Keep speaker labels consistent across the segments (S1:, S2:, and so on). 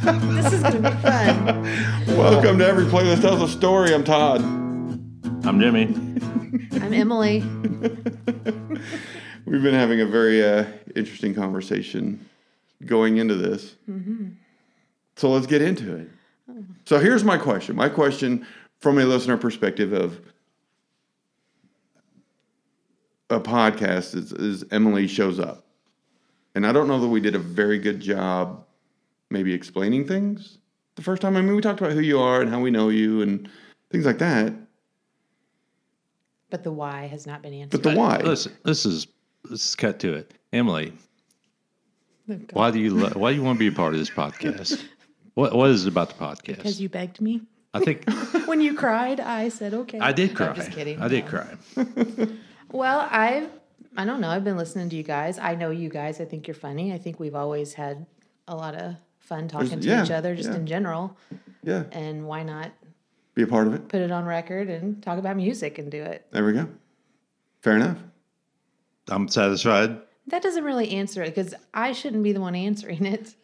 S1: is going to be fun.
S2: Welcome to Every Playlist Tells a Story. I'm Todd.
S3: I'm Jimmy.
S1: I'm Emily.
S2: We've been having a very uh, interesting conversation going into this.
S3: Mm-hmm.
S2: So let's get into it. So here's my question. My question from a listener perspective of a podcast is, is Emily shows up. And I don't know that we did a very good job maybe explaining things the first time. I mean, we talked about who you are and how we know you and things like that.
S1: But the why has not been answered.
S2: But the why?
S3: Listen, this is this is cut to it. Emily,
S1: Oh, God.
S3: why do you lo- why do you want to be a part of this podcast? What what is it about the
S1: Because
S3: podcast?
S1: you begged me.
S3: I think
S1: When you cried, I said, okay.
S3: I did
S1: No,
S3: cry.
S1: I'm just kidding.
S3: I did
S1: No.
S3: cry.
S1: Well, I've, I don't know. I've been listening to you guys. I know you guys. I think you're funny. I think we've always had a lot of fun talking to
S2: yeah,
S1: each other just
S2: yeah.
S1: in general.
S2: Yeah.
S1: And why not
S2: Be a part of it.
S1: put it on record and talk about music and do it?
S2: There we go. Fair enough.
S3: I'm satisfied.
S1: That doesn't really answer it because I shouldn't be the one answering it.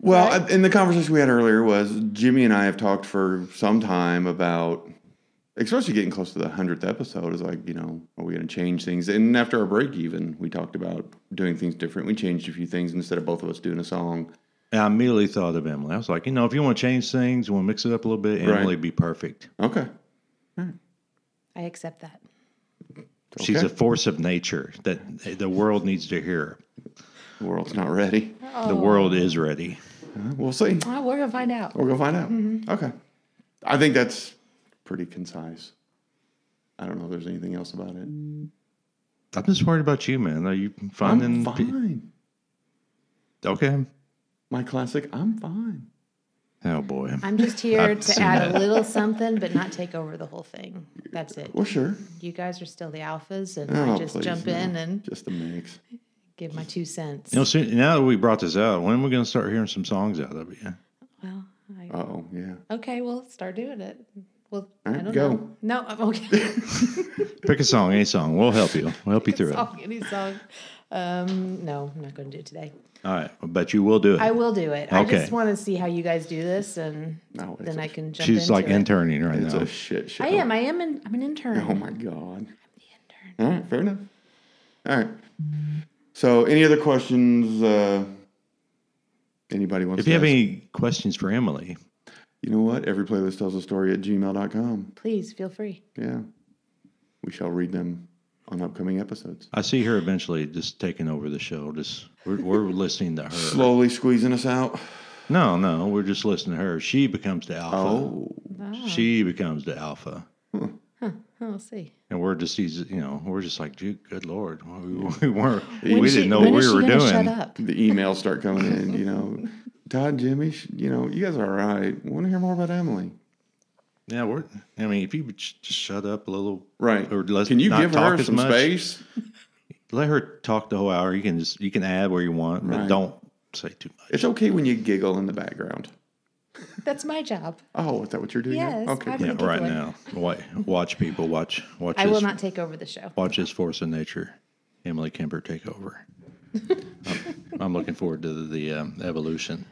S2: Well,
S1: Right?
S2: I- and the conversation we had earlier was Jimmy and I have talked for some time about, especially getting close to the hundredth episode. Is like, you know, are we going to change things? And after our break, even we talked about doing things different. We changed a few things instead of both of us doing a song.
S3: And I immediately thought of Emily. I was like, you know, if you want to change things, you want to mix it up a little bit,
S2: Right.
S3: Emily would be perfect.
S2: Okay,
S1: I accept that.
S3: She's
S2: Okay.
S3: a force of nature that the world needs to hear.
S2: the world's not ready.
S1: Oh.
S2: Uh-huh.
S3: The world is ready.
S2: We'll see.
S1: Well, we're going to find out.
S2: We're gonna find out. Okay, I think that's pretty concise. I don't know if there's anything else about it.
S3: I'm just worried about you, man. Are you
S2: I'm
S3: finding
S2: fine.
S3: okay?
S2: My classic. I'm fine.
S3: Oh boy.
S1: I'm just here
S3: I've
S1: to
S3: seen
S1: add a
S3: that.
S1: little something, but not take over the whole thing. That's it.
S2: Well, sure.
S1: You guys are still the alphas, and
S2: Oh,
S1: I just
S2: please,
S1: jump
S2: no.
S1: in and
S2: Just a mix.
S1: give my two cents.
S3: You know, soon, now that we brought this out, when are we going to start hearing some songs out of you?
S1: Well, I,
S2: Oh yeah.
S1: okay, well, start doing it. Well,
S2: All right,
S1: I don't
S2: go.
S1: know. No, I'm okay.
S3: Pick a song, any song. We'll help you. We'll help you through it. All
S1: song, any song. Um, no, I'm not going to do it today.
S3: right, but you will do it.
S1: I will do it. I
S3: Okay.
S1: just want to see how you guys do this, and
S2: No, it's
S1: then
S2: a-
S1: I can jump
S3: She's
S1: into
S3: like
S1: it.
S3: interning right
S2: It's
S3: now.
S2: a shit show.
S1: I am. I am. An, I'm an intern.
S2: Oh my god. All right, fair enough. All right. So, any other questions? Uh, anybody wants
S3: if you
S2: to
S3: have
S2: ask?
S3: any questions for Emily,
S2: You know what? Every playlist tells a story at gmail.com.
S1: Please feel free.
S2: Yeah. We shall read them on upcoming episodes.
S3: I see her eventually just taking over the show. Just we're, we're listening to her.
S2: Slowly squeezing us out.
S3: No, no, we're just listening to her. She becomes the alpha.
S2: Oh,
S1: Wow.
S3: She becomes the alpha,
S1: I'll see.
S3: and we're just these. You know, we're just like, dude, good lord, we, we weren't.
S1: When
S3: we
S1: is she-
S3: didn't know
S1: when
S3: what
S1: is
S3: we
S1: she
S3: were
S1: gonna
S3: doing.
S1: Shut up.
S2: the emails start coming in, you know. Todd, Jimmy, sh- you know, you guys are all right. Want to hear more about Emily?
S3: Yeah, we're. I mean, if you would sh- just shut up a little,
S2: Right.
S3: Or let's
S2: Can you
S3: not
S2: give
S3: talk
S2: her
S3: as
S2: some
S3: much.
S2: space?
S3: let her talk the whole hour. You can just you can add where you want, but
S2: Right.
S3: don't say too much.
S2: It's okay when you giggle in the background.
S1: That's my job.
S2: Oh, is that what you're doing? now?
S1: Yes,
S2: Okay.
S1: I'm
S2: good.
S3: Yeah,
S1: Take it
S3: right
S1: away.
S3: now. Watch, watch people. Watch watch.
S1: I
S3: this,
S1: will not take over the show.
S3: watch this force of nature. Emily Kemper take over. I'm, I'm looking forward to the, um, evolution.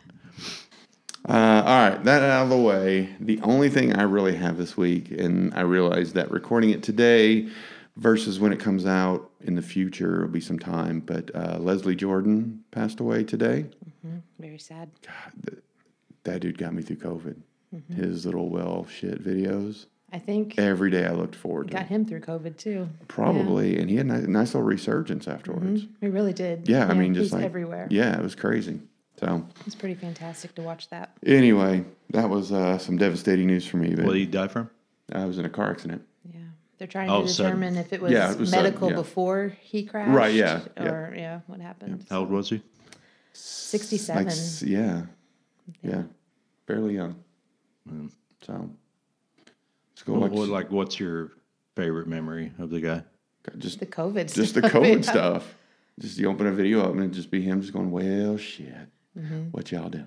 S2: Uh, all right, that out of the way. The only thing I really have this week, and I realize that recording it today versus when it comes out in the future will be some time, but uh, Leslie Jordan passed away today.
S1: Very sad.
S2: That dude got me through COVID.
S1: Mm-hmm.
S2: His little well shit videos.
S1: I think
S2: Every day I looked forward to
S1: got
S2: it.
S1: him through COVID too.
S2: Probably. And he had a ni- nice little resurgence afterwards.
S1: We really did.
S2: Yeah, I mean, just
S1: he's
S2: like
S1: everywhere.
S2: Yeah, it was crazy. So,
S1: It's pretty fantastic to watch that.
S2: anyway, that was uh, some devastating news for me. But
S3: What did he die from?
S2: I was in a car accident.
S1: Yeah, they're trying
S3: Oh,
S1: to
S3: sudden.
S1: determine if it was,
S2: Yeah, it was sudden,
S1: medical
S2: yeah.
S1: before he crashed.
S2: Right, yeah, yeah.
S1: Or yeah, what happened?
S3: How old was he?
S1: Sixty-seven.
S2: Like, s- yeah. Yeah. Fairly young. So, let's go
S3: What,
S2: watch
S3: Mm. what- like, what's your favorite memory of the guy?
S2: just,
S1: the COVID.
S2: just the
S1: stuff,
S2: COVID
S1: yeah.
S2: stuff. Just you open a video up and it'd just be him just going, well, shit.
S1: Mm-hmm.
S2: What y'all do?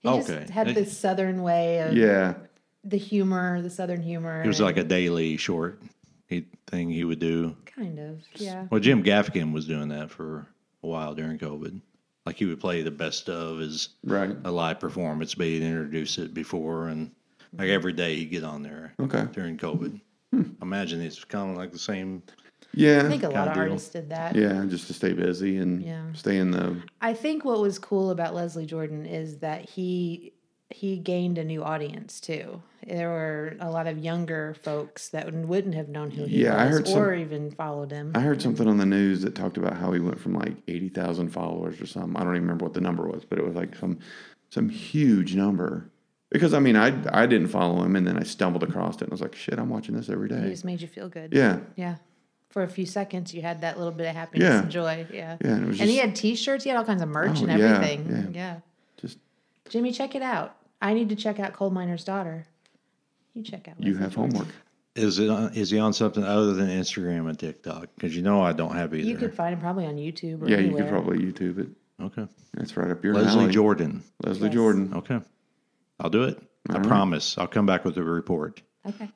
S1: He just
S3: Okay.
S1: had this southern way of
S2: Yeah.
S1: the humor, the southern humor.
S3: It was
S1: and-
S3: like a daily short he, thing he would do.
S1: kind of yeah.
S3: Well, Jim Gaffigan was doing that for a while during COVID. like he would play the best of is
S2: Right.
S3: a live performance, but he'd introduce it before and like every day he'd get on there
S2: Okay.
S3: during COVID. Imagine it's kind of like the same.
S1: I
S2: Yeah.
S1: think a lot of
S3: deal.
S1: artists did that.
S2: Yeah. Just to stay busy and
S1: Yeah.
S2: stay in the.
S1: I think what was cool about Leslie Jordan is that he he gained a new audience too. There were a lot of younger folks that wouldn't have known who he
S2: Yeah, I
S1: was
S2: heard some-
S1: or even followed him.
S2: I heard something on the news that talked about how he went from like eighty thousand followers or something. I don't even remember what the number was, but it was like some some huge number. Because I mean, I I didn't follow him, and then I stumbled across it, and I was like, shit, I'm watching this every
S1: He
S2: day.
S1: just made you feel good.
S2: Yeah.
S1: Yeah. For a few seconds, you had that little bit of happiness
S2: Yeah.
S1: and joy. Yeah.
S2: Yeah, and it was
S1: And he
S2: just-
S1: had T-shirts. He had all kinds of merch
S2: Oh,
S1: and
S2: yeah,
S1: everything.
S2: yeah.
S1: yeah.
S2: Just
S1: Jimmy, check it out. I need to check out Coal Miner's Daughter. You check out.
S2: you
S1: Leslie
S2: have
S1: Jordan.
S2: homework.
S3: Is it on, is he on something other than Instagram and TikTok? Because you know I don't have either.
S1: You could find him probably on YouTube. Or
S2: Yeah, you
S1: anywhere.
S2: could probably YouTube it.
S3: okay,
S2: That's right up your
S3: Leslie
S2: alley.
S3: Jordan.
S2: Leslie
S1: Yes.
S2: Jordan.
S3: Okay, I'll do it. I promise. I'll come back with a report.
S1: Okay.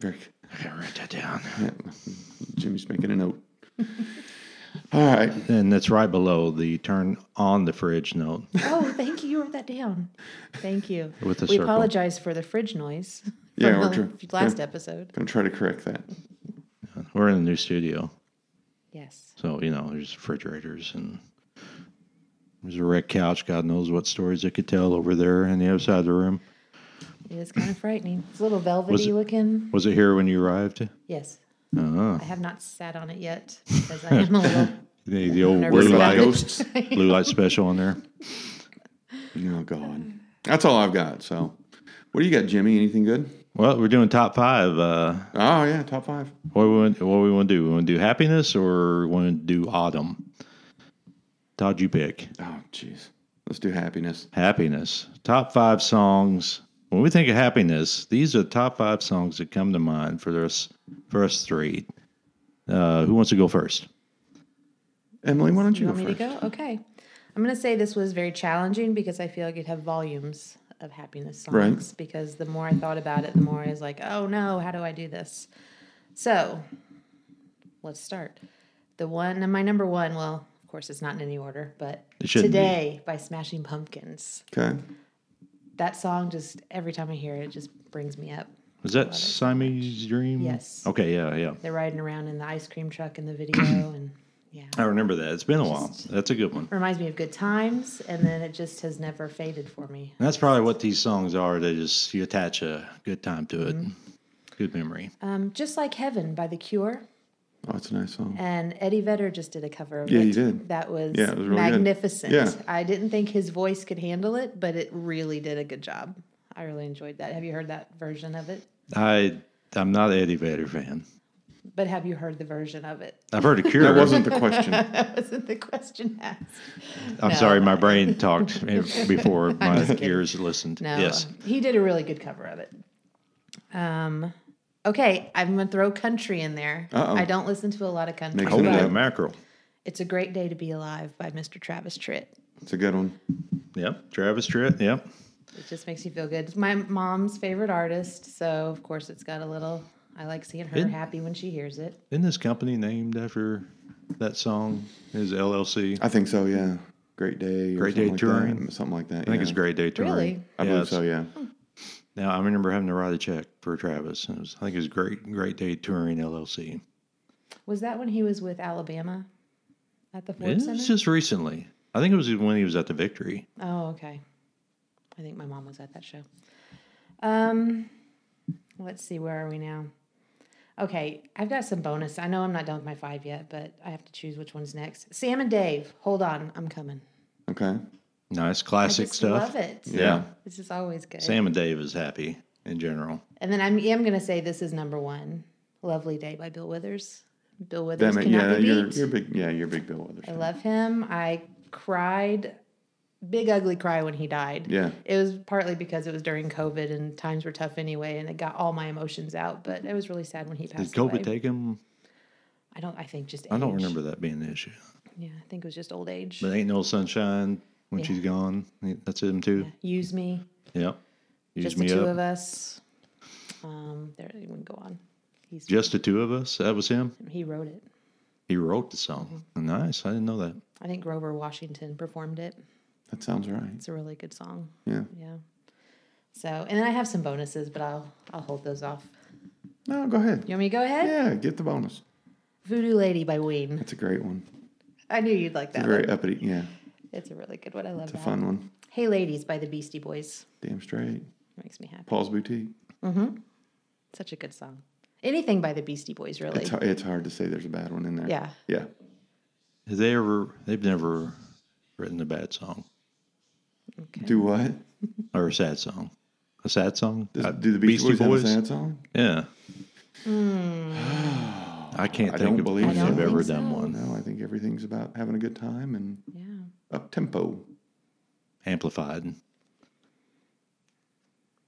S2: Very good.
S3: I gotta write that down.
S2: Yeah. Jimmy's making a note. All right.
S3: And that's right below the turn on the fridge note.
S1: Oh, thank you. You wrote that down. Thank you.
S3: With the
S1: we
S3: circle.
S1: apologize for the fridge noise from
S2: Yeah,
S1: the
S2: we're tr-
S1: last
S2: yeah.
S1: episode.
S2: Gonna try to correct that.
S3: We're in a new studio,
S1: Yes.
S3: so you know there's refrigerators and there's a wrecked couch. God knows what stories it could tell over there on the other side of the room.
S1: It is kind of frightening. It's a little velvety
S3: it-
S1: looking.
S3: Was it here when you arrived?
S1: Yes.
S3: Uh,
S1: I have not sat on it yet because I am a little
S3: the, the old
S1: Nervous
S3: blue
S1: about
S3: light,
S1: it.
S2: Ghosts.
S3: blue light special on there.
S2: Oh God. That's all I've got. So, what do you got, Jimmy? Anything good?
S3: Well, we're doing top five. Uh,
S2: Oh yeah, top five.
S3: what we want, what we want to do? We want to do happiness or we want to do autumn? Todd, you pick.
S2: Oh jeez. Let's do happiness.
S3: Happiness. Top five songs. When we think of happiness, these are the top five songs that come to mind for us for us three. Uh, who wants to go first?
S2: Emily, why don't you,
S1: You
S2: go
S1: want me
S2: first?
S1: to go? Okay. I'm going to say this was very challenging because I feel like it had volumes of happiness songs.
S2: Right.
S1: Because the more I thought about it, the more I was like, oh no, how do I do this? So let's start. The one, and my number one, well, of course, it's not in any order, but
S3: It shouldn't be.
S1: Today by Smashing Pumpkins.
S2: Okay.
S1: That song just, every time I hear it, it just brings me up.
S3: Is that Siamese Dream?
S1: Yes.
S3: Okay. Yeah. Yeah.
S1: They're riding around in the ice cream truck in the video, and yeah.
S3: I remember that. It's been a while. That's a good one.
S1: Reminds me of good times, and then it just has never faded for me.
S3: And that's probably what these songs are. They just you attach a good time to it, good memory.
S1: Um, just like Heaven by The Cure,
S2: Oh, it's a nice song.
S1: and Eddie Vedder just did a cover of
S2: Yeah,
S1: it.
S2: he did.
S1: That was,
S2: Yeah, it was really good.
S1: magnificent.
S2: Yeah.
S1: I didn't think his voice could handle it, but it really did a good job. I really enjoyed that. Have you heard that version of it?
S3: I I'm not an Eddie Vedder fan.
S1: But have you heard the version of it?
S3: I've heard of Cure.
S2: That wasn't the question.
S1: that wasn't the question asked.
S3: I'm
S1: No.
S3: sorry, my brain talked before my
S1: just kidding.
S3: ears listened.
S1: No,
S3: Yes.
S1: he did a really good cover of it. Um, okay, I'm gonna throw country in there.
S2: Uh-oh.
S1: I don't listen to a lot of country.
S2: Mix it
S1: but
S2: up.
S3: Holy mackerel.
S1: It's a great day to be alive by Mr. Travis Tritt.
S2: It's a good one.
S3: Yep. Travis Tritt. Yep.
S1: It just makes you feel good. It's my mom's favorite artist, so of course it's got a little. I like seeing her
S3: It-
S1: happy when she hears it.
S3: Isn't this company named after that song? His LLC. I
S2: I think so. Yeah. Great day. or
S3: Great
S2: something
S3: Day
S2: like that.
S3: Touring.
S2: Something like that. I
S3: think it's Great Day Touring.
S1: Really?
S2: I
S3: Yeah,
S2: believe
S3: it's-
S2: so. Yeah.
S1: Hmm.
S3: Now I remember having to write a check for Travis. And it was, I think it was Great Great Day Touring LLC.
S1: Was that when he was with Alabama at the Ford
S3: It's
S1: Center?
S3: just recently. I think it was when he was at the Victory.
S1: Oh, okay. I think my mom was at that show. Um, let's see, where are we now? Okay, I've got some bonus. I know I'm not done with my five yet, but I have to choose which one's next. Sam and Dave, hold on, I'm coming.
S2: Okay.
S3: Nice
S1: I
S3: classic
S1: just
S3: stuff.
S1: love it.
S3: Yeah.
S1: This is always good.
S3: Sam and Dave is happy in general.
S1: And then I'm, I'm going to say this is number one, "Lovely Day" by Bill Withers. Bill Withers
S2: That ma-
S1: cannot
S2: yeah,
S1: be beat.
S2: you're, you're big. Yeah, you're big Bill Withers.
S1: I love him. I cried, big ugly cry when he died.
S2: Yeah.
S1: It was partly because it was during COVID and times were tough anyway, and it got all my emotions out. But it was really sad when he
S3: Did
S1: passed
S3: COVID
S1: away.
S3: take him?
S1: I don't. I think just. Age.
S3: I don't remember that being the issue.
S1: Yeah, I think it was just old age.
S3: But ain't no sunshine when
S1: Yeah.
S3: she's gone. That's him too.
S1: Use me.
S3: Yep. Use
S1: just the
S3: me
S1: two
S3: up.
S1: of us. Um, there we can go on. He's
S3: Just the two of us. That was him.
S1: he wrote it. Mm-hmm.
S3: He wrote the song. Nice. I didn't know that.
S1: I think Grover Washington performed it.
S2: That sounds right.
S1: It's a really good song.
S2: Yeah.
S1: Yeah. So, and I have some bonuses, but I'll I'll hold those off.
S2: No, go ahead.
S1: You want me to go ahead?
S2: Yeah, get the bonus.
S1: Voodoo Lady by Ween.
S2: That's a great one.
S1: I knew you'd like
S2: It's
S1: that.
S2: a very
S1: one.
S2: uppity. Yeah,
S1: It's a really good one. I love
S2: it's a
S1: that.
S2: fun one.
S1: Hey Ladies by the Beastie Boys.
S2: Damn straight.
S1: Makes me happy.
S2: Paul's Boutique.
S1: Such a good song. Anything by the Beastie Boys, really.
S2: It's, har- it's hard to say there's a bad one in there.
S1: Yeah.
S2: Yeah.
S3: Have they ever? They've never written a bad song
S2: Do what?
S3: or a sad song. A sad song?
S2: Does,
S3: Uh,
S2: do the Beastie, Boys, have a sad song?
S3: Yeah. I can't
S2: I
S3: think
S2: don't
S3: of
S2: believe
S3: when
S1: so. Hmm. I
S3: they've
S1: don't
S3: ever
S1: think
S3: done
S1: so.
S3: one.
S2: No, I think everything's about having a good time and
S1: Yeah.
S2: up tempo.
S3: Amplified.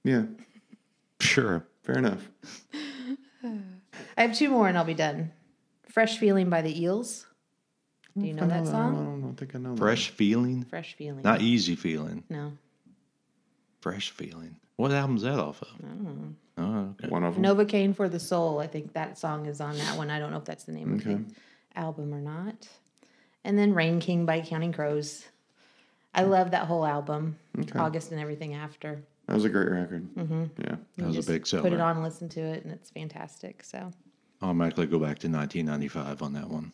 S2: Yeah,
S3: Sure.
S2: fair enough.
S1: I have two more and I'll be done. Fresh Feeling by the Eels. Do you know that
S2: I
S1: song?
S2: don't, I don't think I know. that.
S3: Fresh feeling.
S1: Fresh Feeling.
S3: Not easy feeling.
S1: no.
S3: Fresh feeling. What album's that off of?
S1: Mm.
S3: Oh, okay.
S2: One of them.
S1: Novocaine for the Soul. I think that song is on that one. I don't know if that's the name
S2: Okay.
S1: of the album or not. And then Rain King by Counting Crows. I love that whole album,
S2: Okay.
S1: August and everything after.
S2: That was a great record. Yeah.
S1: You
S3: That was a
S1: just
S3: big
S1: Put it
S3: seller.
S1: on, listen to it, and it's fantastic. So
S3: Automatically go back to 1995 on that one.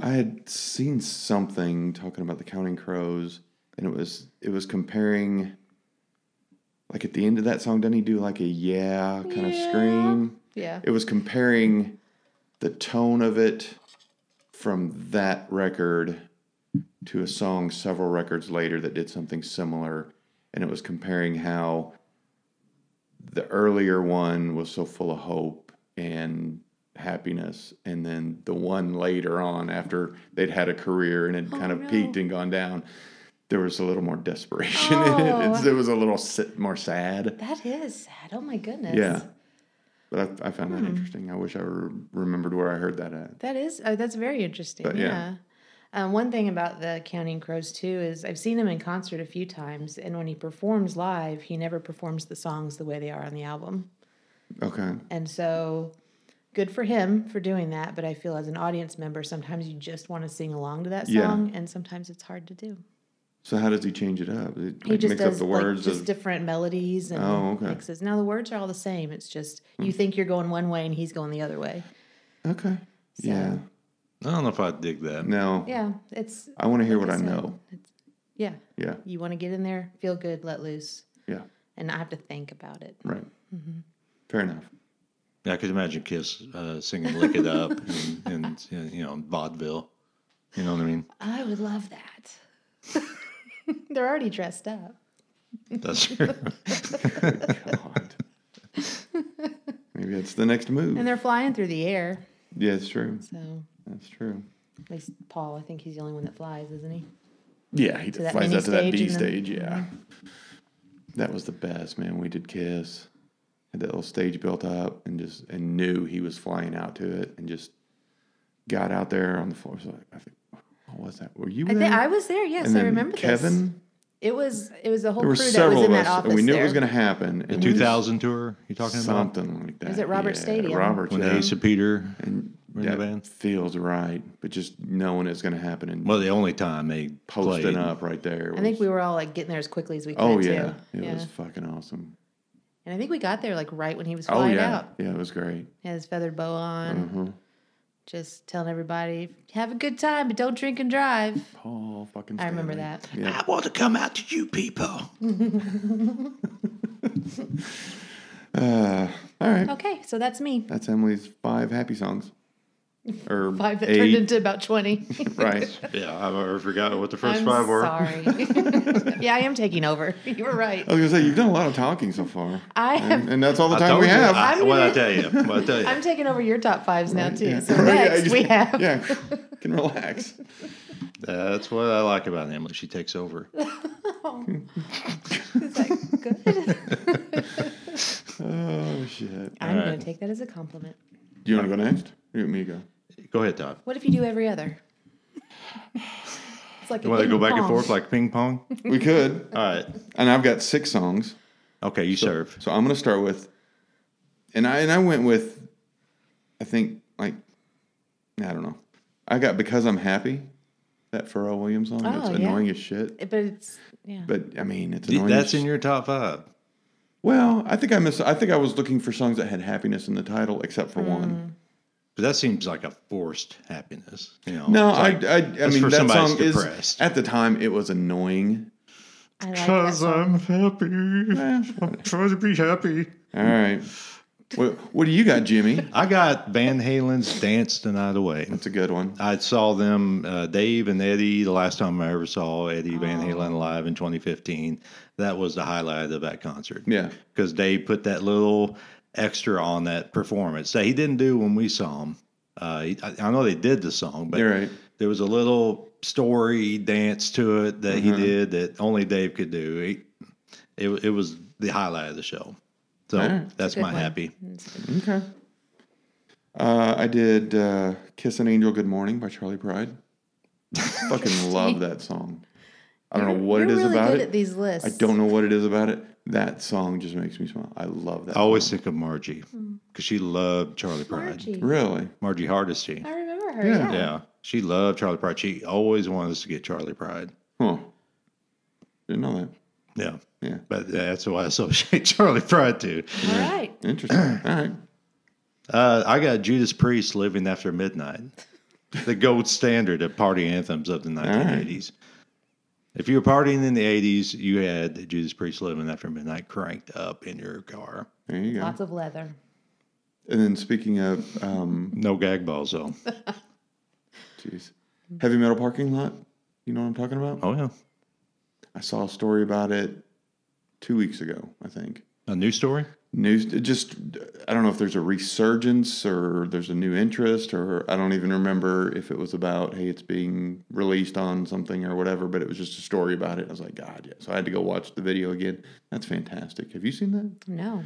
S2: I had seen something talking about the Counting Crows, and it was it was comparing. Like at the end of that song, doesn't he do like a yeah kind of
S1: Yeah.
S2: scream?
S1: yeah,
S2: It was comparing the tone of it from that record to a song several records later that did something similar, and it was comparing how the earlier one was so full of hope and happiness and then the one later on after they'd had a career and had kind of
S1: Oh, no.
S2: peaked and gone down there was a little more desperation in it
S1: Oh.
S2: it's, it was a little si- more sad
S1: that is sad. Oh my goodness.
S2: yeah but i, I found
S1: Hmm.
S2: that interesting i wish i re- remembered where i heard that at
S1: That is oh, that's very interesting.
S2: But, yeah.
S1: yeah. Um, one thing about the Counting Crows too is I've seen him in concert a few times, and when he performs live, he never performs the songs the way they are on the album.
S2: okay
S1: And so, good for him for doing that. But I feel as an audience member, sometimes you just want to sing along to that
S2: Yeah.
S1: song, and sometimes it's hard to do.
S2: so how does he change it up it,
S1: He
S2: like,
S1: just
S2: mix
S1: does
S2: up the words
S1: like, just
S2: of,
S1: different melodies and
S2: Oh, okay. Mm.
S1: mixes. Now the words are all the same. It's just you think you're going one way and he's going the other way.
S2: okay yeah
S1: So-
S3: I don't know if I dig that.
S2: no
S1: Yeah, it's
S2: i want to hear
S1: like
S2: what i
S1: said,
S2: know
S1: it's- yeah,
S2: yeah
S1: you want to get in there, feel good, let loose,
S2: yeah
S1: and not have to think about it.
S2: right
S1: Mm-hmm.
S2: fair enough
S3: Yeah, I could imagine Kiss uh, singing "Lick It Up" and, and you know vaudeville. You know what I mean?
S1: I would love that. They're already dressed up.
S3: That's true.
S2: God. Maybe that's the next move.
S1: And they're flying through the air.
S2: yeah, it's true.
S1: So
S2: That's true.
S1: at least Paul, I think he's the only one that flies, isn't he?
S2: Yeah, he
S1: that
S2: flies
S1: mini
S2: out to that
S1: stage and
S2: D
S1: then- Mm-hmm.
S2: stage. Yeah, that was the best, man. We did Kiss, had that little stage built up, and just and knew he was flying out to it, and just got out there on the floor. So I think, what was that? Were you?
S1: I
S2: there?
S1: think I was there. Yes,
S2: and
S1: I
S2: then
S1: remember
S2: Kevin.
S1: this. It was it was a whole
S2: There were
S1: crew that was
S2: several
S1: in
S2: of
S1: that
S2: us,
S1: office.
S2: and we knew
S1: there.
S2: it was going to happen. and we
S3: Two
S2: just-
S3: thousand tour you talking about?
S2: something like that.
S1: it Robert
S2: yeah,
S1: Stadium?
S2: Robert,
S3: When
S2: yeah.
S3: Ace and Peter were in
S2: that
S3: the band.
S2: feels right, but just knowing it's going to happen and
S3: Well, the only time they
S2: posting
S3: played.
S2: up right there.
S1: I think
S2: was-
S1: we were all like getting there as quickly as we could.
S2: Oh yeah,
S1: too.
S2: it
S1: yeah.
S2: was fucking awesome.
S1: And I think we got there like right when he was
S2: Oh
S1: flying
S2: yeah,
S1: out.
S2: yeah, it was great.
S1: He had his feathered bow on,
S2: Mhm.
S1: just telling everybody, have a good time, but don't drink and drive.
S2: Paul fucking.
S1: I remember
S2: Stanley.
S1: that.
S2: Yeah,
S3: I want to come out to you people.
S1: Okay, so that's me.
S2: Uh, that's Emily's five happy songs, or
S1: Five that turned
S2: eight,
S1: into about 20.
S2: right?
S3: Yeah, I already forgot what the 1st
S1: I'm
S3: five were.
S1: sorry. yeah, I am taking over. You were right.
S2: I was gonna say you've done a lot of talking so far,
S1: I
S2: and,
S1: have,
S2: and that's all the
S3: I
S2: time
S3: told
S2: we
S3: you.
S2: have.
S3: I,
S1: I'm
S3: what I
S1: gonna-
S3: tell you? What I tell you?
S1: I'm taking over your top fives now, too. So
S2: Right, yeah,
S1: next
S2: you-
S1: we have.
S2: yeah, can relax.
S3: That's what I like about Emily. She takes over.
S1: Is that good?
S2: Oh shit!
S1: I'm
S3: All
S1: going
S3: right.
S1: to take that as a compliment.
S2: Do you want to go next? You want me to go?
S3: Go ahead, Todd.
S1: What if you do every other? It's like
S3: You
S1: a
S3: want to go
S1: ping
S3: back and
S1: pong.
S3: forth like ping pong?
S2: We could,
S3: All right.
S2: and I've got six songs.
S3: Okay, you serve.
S2: So I'm going to start with, and I and I went with, I think like, I don't know, I got because I'm happy, That Pharrell Williams song.
S1: Oh,
S2: it's
S1: yeah.
S2: annoying as shit.
S1: It- But it's yeah.
S2: But I mean, it's
S3: Th-
S2: annoying.
S3: That's
S2: as-
S3: in your top five.
S2: Well, I think I miss. I think I was looking for songs that had happiness in the title, except for
S1: Mm.
S2: one.
S3: But that seems like a forced happiness. You know,
S2: No,
S3: It's like,
S2: I, I, I mean
S3: for
S2: that
S3: somebody
S2: song is
S3: who's depressed.
S2: at the time it was annoying.
S1: I like that song.
S3: happy.
S2: Eh,
S3: trying to be happy.
S2: all right. What, what do you got, Jimmy?
S3: I got Van Halen's "Dance the Night Away."
S2: That's a good one.
S3: I saw them, uh, Dave and Eddie, the last time I ever saw Eddie Van
S1: Oh.
S3: Halen live in 2015. That was the highlight of that concert.
S2: Yeah.
S3: Because Dave put that little extra on that performance that he didn't do when we saw him. Uh, he- I, I know they did the song, but
S2: You're right.
S3: there was a little story dance to it that he did that only Dave could do. He, it, it was the highlight of the show. So
S2: Alright.
S3: that's
S1: Good
S3: my
S1: one.
S3: happy.
S1: It's good.
S2: Okay. Uh, I did uh, "Kiss an Angel Good Morning" by Charlie Pride. Fucking love that song. I don't know what
S1: You're
S2: it is
S1: really
S2: about
S1: good
S2: it.
S1: at these lists.
S2: I don't know what it is about it. That song just makes me smile. I love that.
S3: I always think of Margie because she loved Charlie Pride.
S1: Mm. Margie.
S2: really?
S3: Margie Hardesty.
S1: I remember her.
S2: Yeah.
S1: Yeah.
S3: Yeah. She loved Charlie Pride. She always wanted us to get Charlie Pride.
S2: Huh? Didn't know that.
S3: Yeah.
S2: Yeah.
S3: But that's what I associate Charlie Pride to.
S1: All right.
S2: Interesting. All right.
S3: Uh, I got Judas Priest living after midnight, the gold standard of party anthems of the 1980s. If you were partying in the 80s, you had Judas Priest living after midnight cranked up in your car.
S2: There you go.
S1: Lots of leather.
S2: And then speaking of, um,
S3: No gag balls, though.
S2: jeez, heavy metal parking lot. You know what I'm talking about?
S3: Oh, yeah.
S2: I saw a story about it two weeks ago. I think
S3: A new story?
S2: news. It just I don't know if there's a resurgence or there's a new interest or I don't even remember if it was about hey it's being released on something or whatever. But it was just a story about it. I was like God, yeah. So I had to go watch the video again. That's fantastic. Have you seen that?
S1: No.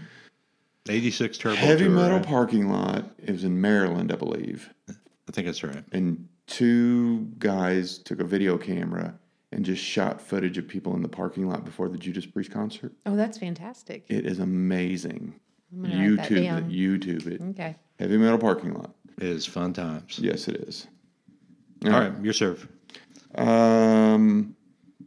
S3: 86 Turbo.
S2: Heavy
S3: Tour,
S2: metal
S3: right?
S2: parking lot. It was in Maryland, I believe.
S3: I think that's right.
S2: and two guys took a video camera and just shot footage of people in the parking lot before the Judas Priest concert.
S1: Oh, that's fantastic.
S2: It is amazing.
S1: gonna write that
S2: YouTube it.
S1: down.
S2: YouTube it.
S1: Okay.
S2: Heavy metal parking lot.
S3: It is fun times.
S2: Yes, it is.
S3: All right, your serve.
S2: Um,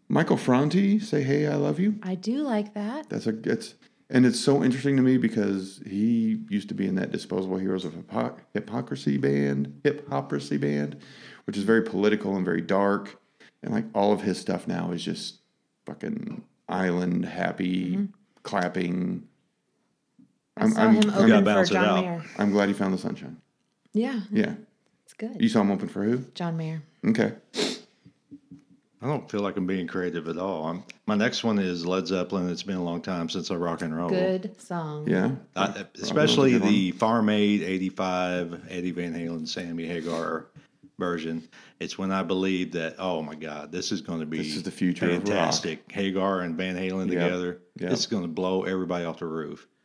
S2: Michael Franti, say hey, I love you.
S1: I do like that.
S2: That's a it's and it's so interesting to me because he used to be in that Disposable Heroes of Hypo- Hypocrisy band, Hypocrisy band, which is very political and very dark, and like all of his stuff now is just fucking island happy,
S3: Mm-hmm.
S2: clapping.
S1: I saw him
S2: I'm,
S1: open for
S3: bounce it
S1: John
S3: out.
S1: Mayer.
S2: I'm glad he found the sunshine.
S1: Yeah,
S2: Yeah,
S1: it's good.
S2: you saw him open for who?
S1: John Mayer.
S2: Okay,
S3: I don't feel like I'm being creative at all. I'm, my next one is Led Zeppelin. It's been a long time since I rock and roll.
S1: Good song.
S2: Oh. yeah,
S3: I, especially
S2: good one.
S3: the Farm Aid 85 Eddie Van Halen, Sammy Hagar version. It's when I believed that, oh my God, this is going to be
S2: This is the future of rock.
S3: fantastic. Hagar and Van Halen
S2: Yep.
S3: together.
S2: Yep.
S3: This is going to blow everybody off the roof.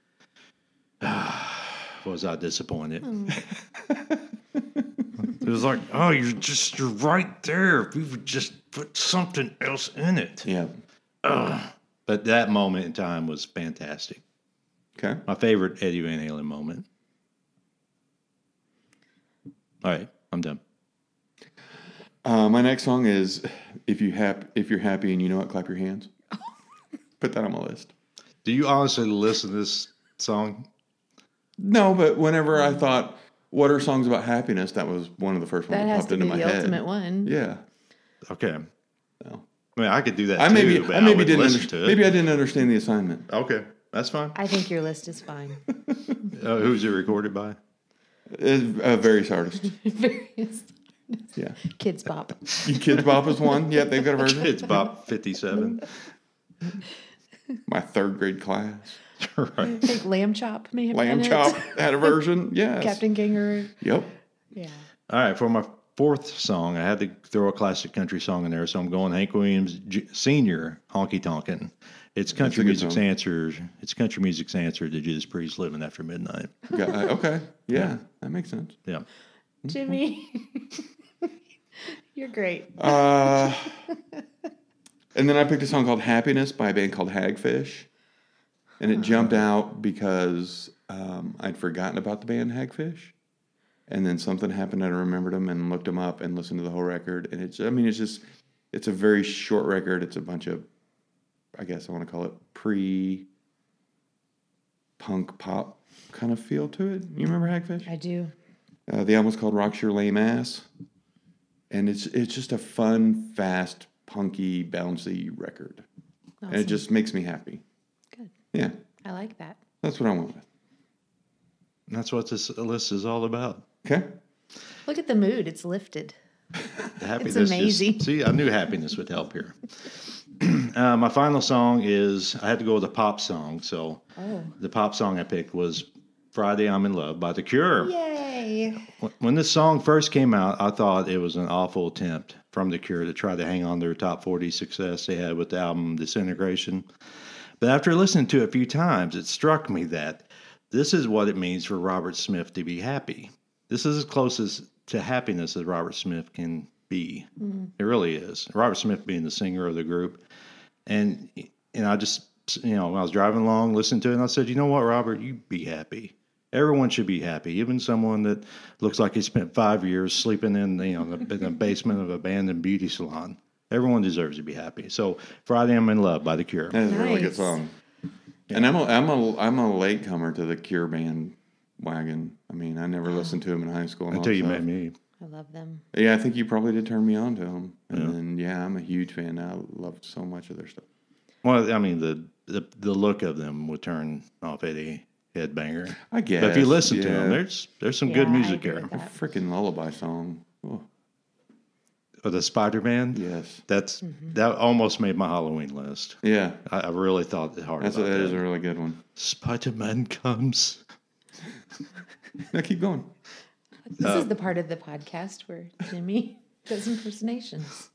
S3: Was I disappointed? it was like, oh, you're just you're right there. If we would just put something else in it.
S2: yeah,
S3: But that moment in time was fantastic.
S2: okay.
S3: My favorite Eddie Van Halen moment. All right, I'm done.
S2: Uh, my next song is if you hap- if you're happy and you know it, clap your hands. Put that on my list.
S3: Do you honestly listen to this song?
S2: No, but whenever I thought, what are songs about happiness? That was one of the first ones
S1: That
S2: that
S1: has
S2: popped
S1: to
S2: into
S1: be
S2: my
S1: the
S2: head.
S1: ultimate one.
S2: Yeah,
S3: Okay.
S2: No.
S3: I mean, I could do that
S2: I
S3: too,
S2: maybe
S3: but
S2: I maybe
S3: would
S2: didn't
S3: listen
S2: under-
S3: to it.
S2: maybe I didn't understand the assignment.
S3: okay, that's fine.
S1: I think your list is fine.
S3: Uh, who's it recorded by?
S2: It's a uh, various artists.
S1: Various
S2: Yeah,
S1: kids bop.
S2: you Kids Bop is one. Yeah, they've got a version.
S3: It's Bob 57.
S2: My third grade class,
S1: I
S3: right.
S1: think Lamb Chop may have
S2: Lamb
S1: done it.
S2: Chop had a version. Yes.
S1: Captain Kangaroo.
S2: Yep.
S1: Yeah.
S3: All right, for my fourth song, I had to throw a classic country song in there, so I'm going Hank Williams J- Senior, Honky Tonkin. It's country
S2: good
S3: music's
S2: song.
S3: answer. It's country music's answer to Judas Priest living after midnight.
S2: Got- uh, okay. Yeah, that makes sense.
S3: Yeah.
S1: Mm-hmm. Jimmy. You're great.
S2: Uh, and then I picked a song called Happiness by a band called Hagfish. And it jumped out because um, I'd forgotten about the band Hagfish. and then something happened and I remembered them and looked them up and listened to the whole record. And it's, I mean, it's just, it's a very short record. It's a bunch of, I guess I want to call it pre punk pop kind of feel to it. You remember Hagfish?
S1: I do.
S2: Uh, the album's called Rocks Your Lame Ass. And it's it's just a fun, fast, punky, bouncy record. And it
S1: Awesome.
S2: just makes me happy.
S1: Good.
S2: Yeah.
S1: I like that.
S2: That's what I went with.
S3: That's what this list is all about.
S2: Okay.
S1: Look at the mood. It's lifted. It's
S3: Happiness. just-
S1: amazing.
S3: see, I knew happiness would help here. uh, my final song is I had to go with a pop song. So
S1: Oh.
S3: the pop song I picked was Friday I'm in Love by The Cure.
S1: Yay.
S3: When this song first came out, I thought it was an awful attempt from The Cure to try to hang on to their top 40 success they had with the album Disintegration. But after listening to it a few times, it struck me that this is what it means for Robert Smith to be happy. This is as close as to happiness as Robert Smith can be. It really is. Robert Smith being the singer of the group. And and I just you know, when I was driving along, listening to it, and I said, you know what, Robert, you be happy. Everyone should be happy, even someone that looks like he spent five years sleeping in you know the, in the basement of an abandoned beauty salon. Everyone deserves to be happy. So Friday, I'm in love by The Cure.
S2: That is a really good
S1: Nice.
S2: song. And I'm a I'm a I'm a latecomer to the Cure band wagon. I mean, I never listened to him in high school and all
S3: Until
S2: that
S3: you
S2: stuff.
S3: met me.
S1: I love them.
S2: Yeah, I think you probably did turn me on to him. And then yeah, I'm a huge fan. I love so much of their stuff.
S3: Well, I mean the the, the look of them would turn off any headbanger.
S2: I guess.
S3: But if you listen to them,
S2: yeah.
S3: there's there's some
S1: Yeah,
S3: good
S1: I
S3: music
S1: agree
S3: here.
S1: with that.
S2: freaking lullaby song. Oh,
S3: Or the Spider Man.
S2: yes.
S3: That's
S1: Mm-hmm.
S3: that almost made my Halloween list.
S2: Yeah.
S3: I, I really thought hard
S2: That's a,
S3: about
S2: that is
S3: that.
S2: a really good one.
S3: Spider Man comes.
S2: Now keep going.
S1: This
S3: Uh,
S1: is the part of the podcast where Jimmy does impersonations.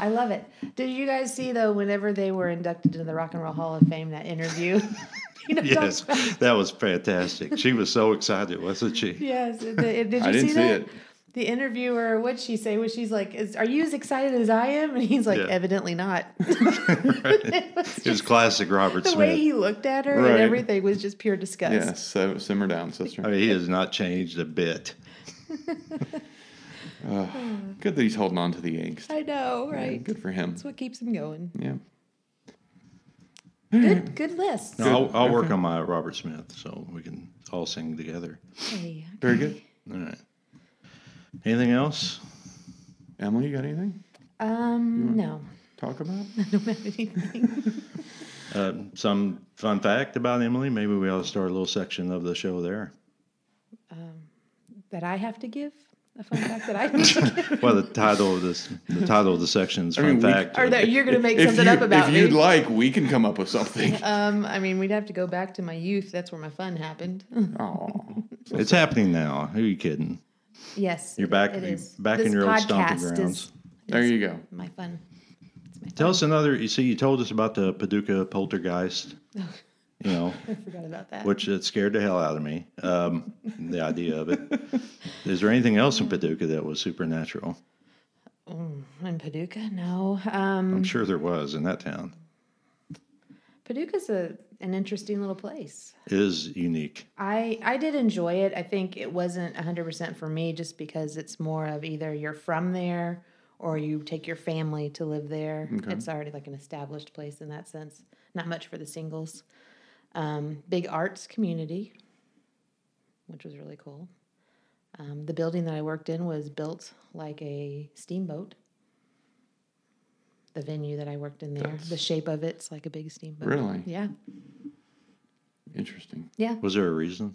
S1: I love it. Did you guys see though? Whenever they were inducted into the Rock and Roll Hall of Fame, that interview. You know,
S3: Yes,
S1: talks about-
S3: that was fantastic. She was so excited, wasn't she?
S1: yes. it- it- did you
S2: I didn't
S1: see
S2: see
S1: that?
S2: it.
S1: The interviewer, what'd she say? Was she's like, is, "Are you as excited as I am?" And he's like,
S3: Yeah.
S1: "Evidently not." It was
S3: It was classic Robert
S1: the way
S3: Smith.
S1: he looked at her
S2: Right.
S1: and everything was just pure disgust.
S2: Yeah, so, simmer down, sister.
S3: I mean, he has not changed a bit.
S2: Good that he's holding on to the angst.
S1: I know, right?
S2: Good for him.
S1: That's what keeps him going.
S2: Yeah.
S1: Good, good list.
S3: No, I'll, I'll work on my Robert Smith so we can all sing together.
S1: Hey,
S2: Very good.
S3: All right. Anything else?
S2: Emily, you got anything
S1: Um, no,
S2: to talk about?
S1: I don't have anything.
S3: Uh, some fun fact about Emily? Maybe we ought to start a little section of the show there.
S1: that I have to give a fun fact that I need to give,
S3: Well, the title of this, the title of the section's fun
S2: mean, we-
S3: fact.
S1: or that you're going to make
S2: If
S1: something
S2: you-
S1: up about
S2: If
S1: me.
S2: you'd like, we can come up with something.
S1: um, I mean, we'd have to go back to my youth. That's where my fun happened.
S2: Oh,
S3: it's happening now. Who are you kidding?
S1: yes,
S3: You're back-
S1: It
S3: you're
S1: is.
S3: back in
S1: this
S3: your old stomping
S1: podcast
S3: grounds.
S1: Is,
S2: there
S1: is
S2: you go.
S1: My fun. It's my
S3: Tell us another. You see, you told us about the Paducah poltergeist. You know,
S1: I forgot about that.
S3: which it scared the hell out of me. Um, the idea of it. Is there anything else in Paducah that was supernatural?
S1: In Paducah, no. Um,
S3: I'm sure there was in that town.
S1: Paducah's a an interesting little place.
S3: It is unique.
S1: I I did enjoy it. I think it wasn't 100% for me just because it's more of either you're from there or you take your family to live there. It's already like an established place in that sense. Not much for the singles. Um, big arts community, which was really cool. Um, the building that I worked in was built like a steamboat. The venue that I worked in there, the shape of it's like a big steamboat.
S2: Really?
S1: Yeah.
S2: Interesting.
S1: Yeah.
S3: Was there a reason?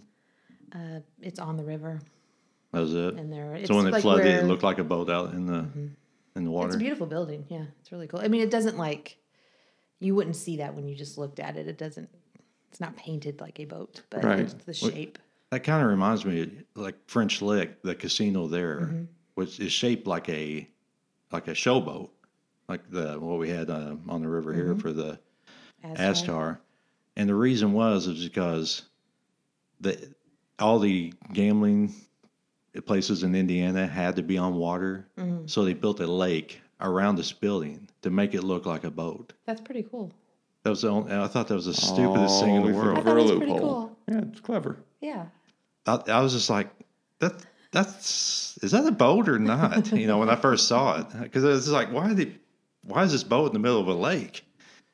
S1: Uh, it's on the river.
S3: That was it.
S1: and there it's
S3: so when it
S1: like
S3: flooded,
S1: where- Mm-hmm.
S3: it looked like a boat out in the in
S1: it's
S3: the water.
S1: a beautiful building yeah it's really cool i mean it doesn't like you wouldn't see that when you just looked at it it doesn't it's not painted like a boat but
S2: Right.
S1: it's the shape
S3: That kind of reminds me, like French Lick, the casino there,
S1: Mm-hmm.
S3: which is shaped like a like a showboat, like the what we had uh, on the river
S1: Mm-hmm.
S3: here for the
S1: As far-
S3: Astar, and the reason was is because the all the gambling places in Indiana had to be on water,
S1: Mm-hmm.
S3: so they built a lake around this building to make it look like a boat.
S1: that's pretty cool
S3: That was the only, and I thought that was the stupidest thing in
S2: we
S3: the
S2: fell
S3: world.
S1: I
S2: For
S1: thought
S2: a
S1: it was pretty
S2: loophole.
S1: cool.
S2: Yeah, it's clever.
S1: yeah
S3: I, I was just like, that that's is that a boat or not? you know, when I first saw it, because it's like, why the why is this boat in the middle of a lake?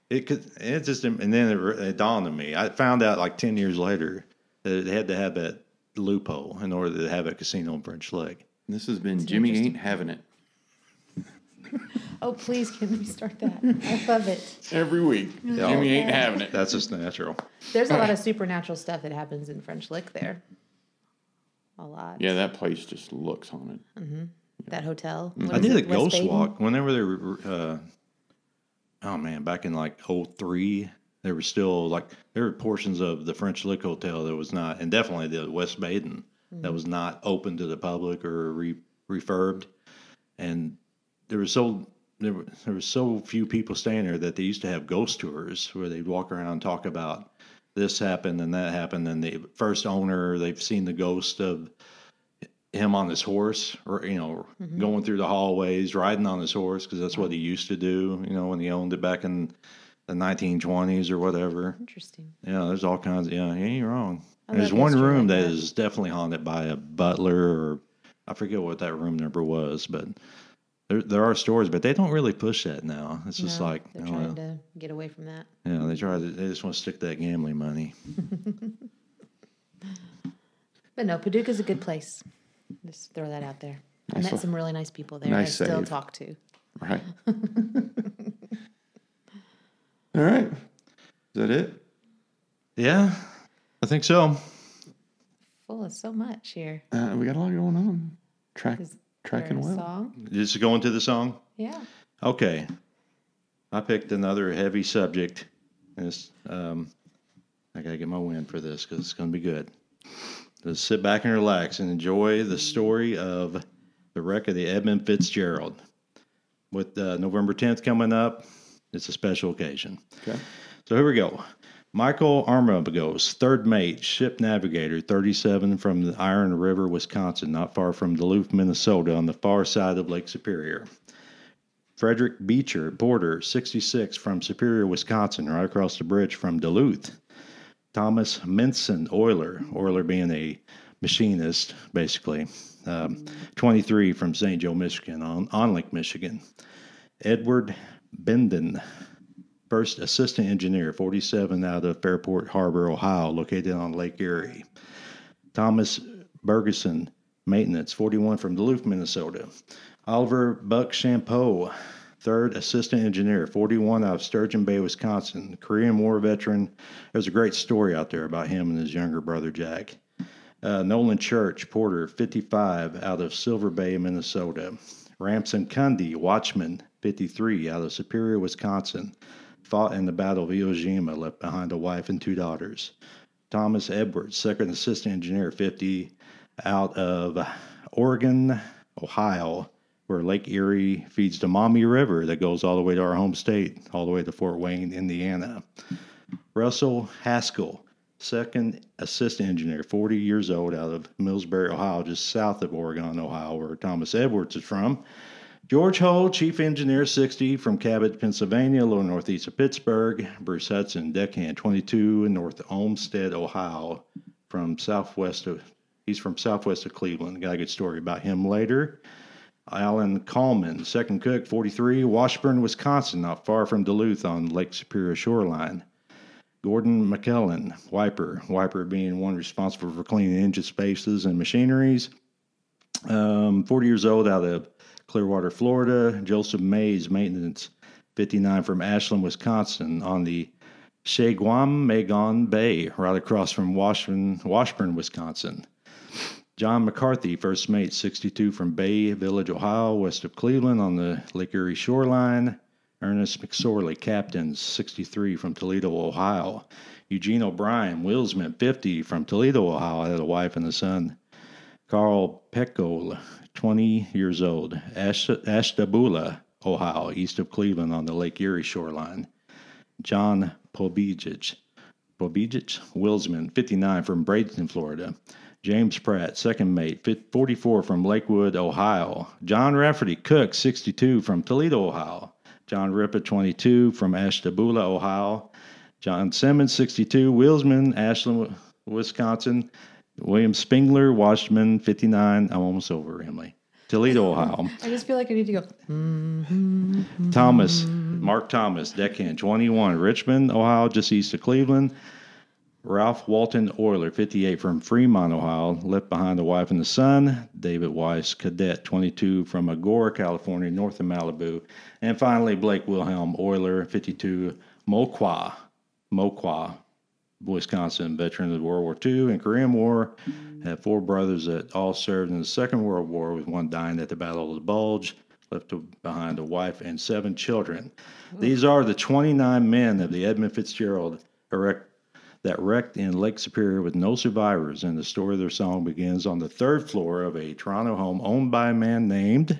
S3: It could it just and then it, it dawned on me. I found out like ten years later that it had to have that loophole in order to have a casino in French Lake.
S2: This has been Jimmy ain't having it
S1: Oh, please, can we start that? I love it.
S2: every week.
S3: Yeah.
S2: Jimmy ain't having it.
S3: That's just natural.
S1: There's a lot of supernatural stuff that happens in French Lick there. A lot.
S2: Yeah, that place just looks haunted.
S1: That hotel.
S3: I did a ghost walk whenever they were. Uh, oh man, back in like 03, there were still like there were portions of the French Lick Hotel that was not, and definitely the West Baden that was not open to the public or re, refurbed, and there was so there were there were so few people staying there that they used to have ghost tours where they'd walk around and talk about this happened and that happened and the first owner they've seen the ghost of him on his horse or you know Mm-hmm.
S1: Mm-hmm.
S3: going through the hallways riding on his horse because that's what he used to do you know when he owned it back in the 1920s or whatever
S1: Interesting.
S3: yeah there's all kinds of yeah you ain't wrong
S1: I
S3: there's
S1: love
S3: one
S1: history
S3: room
S1: like
S3: that
S1: that.
S3: is definitely haunted by a butler or i forget what that room number was but there, there are stories but they don't really push that now it's just
S1: No,
S3: like
S1: they're
S3: oh,
S1: trying
S3: well,
S1: to get away from that.
S3: yeah they try to they just want to stick to that gambling money
S1: But no, Paducah's a good place. Just throw that out there. I met
S2: Nice.
S1: some really nice people there.
S2: Nice
S1: I still
S2: save.
S1: talk to.
S2: Right. All right. Is that it?
S3: yeah i think so
S1: Full of so much here.
S2: Uh, we got a lot going on. Track,
S1: Is
S2: tracking
S1: There a
S2: well.
S1: Song.
S3: just going to the song
S1: Yeah.
S3: Okay. I picked another heavy subject. And It's, um, I got to get my win for this because it's going to be good. Just sit back and relax and enjoy the story of the wreck of the Edmund Fitzgerald. With uh, November 10th coming up, it's a special occasion.
S2: Okay.
S3: So here we go. Michael Armagos, third mate, ship navigator, 37 from the Iron River, Wisconsin, not far from Duluth, Minnesota, on the far side of Lake Superior. Frederick Beecher, Porter, 66 from Superior, Wisconsin, right across the bridge from Duluth. Thomas Minson Euler, Euler being a machinist, basically, um, 23 from St. Joe, Michigan, on, on Lake Michigan. Edward Benden, first assistant engineer, 47 out of Fairport Harbor, Ohio, located on Lake Erie. Thomas Bergeson, maintenance, 41 from Duluth, Minnesota. Oliver Buck Champeau, third assistant engineer, 41 out of Sturgeon Bay, Wisconsin, Korean War veteran. There's a great story out there about him and his younger brother, Jack. Uh, Nolan Church, Porter, 55, out of Silver Bay, Minnesota. Ramson Cundy, Watchman, 53, out of Superior, Wisconsin. Fought in the Battle of Iwo Jima, left behind a wife and two daughters. Thomas Edwards, second assistant engineer, 50, out of Oregon, Ohio, where Lake Erie feeds the Maumee River that goes all the way to our home state, all the way to Fort Wayne, Indiana. Russell Haskell, second assistant engineer, 40 years old, out of Millsbury, Ohio, just south of Oregon, Ohio, where Thomas Edwards is from. George Hull, chief engineer, 60, from Cabot, Pennsylvania, a little northeast of Pittsburgh. Bruce Hudson, deckhand, 22, in North Olmsted, Ohio, from southwest of. He's from southwest of Cleveland. Got a good story about him later. Alan Coleman, second cook, 43, Washburn, Wisconsin, not far from Duluth on Lake Superior shoreline. Gordon McKellen, Wiper, Wiper being one responsible for cleaning engine spaces and machineries. Um, 40 years old out of Clearwater, Florida. Joseph Mays, maintenance, 59 from Ashland, Wisconsin, on the Shaguam Megon Bay, right across from Washburn, Washburn, Wisconsin. John McCarthy, first mate, 62 from Bay Village, Ohio, west of Cleveland on the Lake Erie shoreline. Ernest McSorley, captain, 63 from Toledo, Ohio. Eugene O'Brien, wheelsman, 50 from Toledo, Ohio, had a wife and a son. Carl Pecol, 20 years old, Ash- Ashtabula, Ohio, east of Cleveland on the Lake Erie shoreline. John Pobijic, Bobijic Wilsman, 59 from Bradenton, Florida. James Pratt, second mate, fif- 44 from Lakewood, Ohio. John Rafferty Cook, 62 from Toledo, Ohio. John Ripa, 22 from Ashtabula, Ohio. John Simmons, 62, Wilsman, Ashland, Wisconsin. William Spengler, Watchman, 59. I'm almost over, Emily. Toledo, Ohio.
S1: I just feel like I need to go. hmm.
S3: Thomas, Mark Thomas, Deccan, 21. Richmond, Ohio, just east of Cleveland. Ralph Walton Euler, 58, from Fremont, Ohio, left behind a wife and a son. David Weiss, cadet, 22, from Agora, California, north of Malibu. And finally, Blake Wilhelm Euler, 52, Moqua, Moqua, Wisconsin, veteran of World War II and Korean War. Had four brothers that all served in the Second World War, with one dying at the Battle of the Bulge. Left behind a wife and seven children. These are the 29 men of the Edmund Fitzgerald erect that wrecked in Lake Superior with no survivors. And the story of their song begins on the third floor of a Toronto home owned by a man named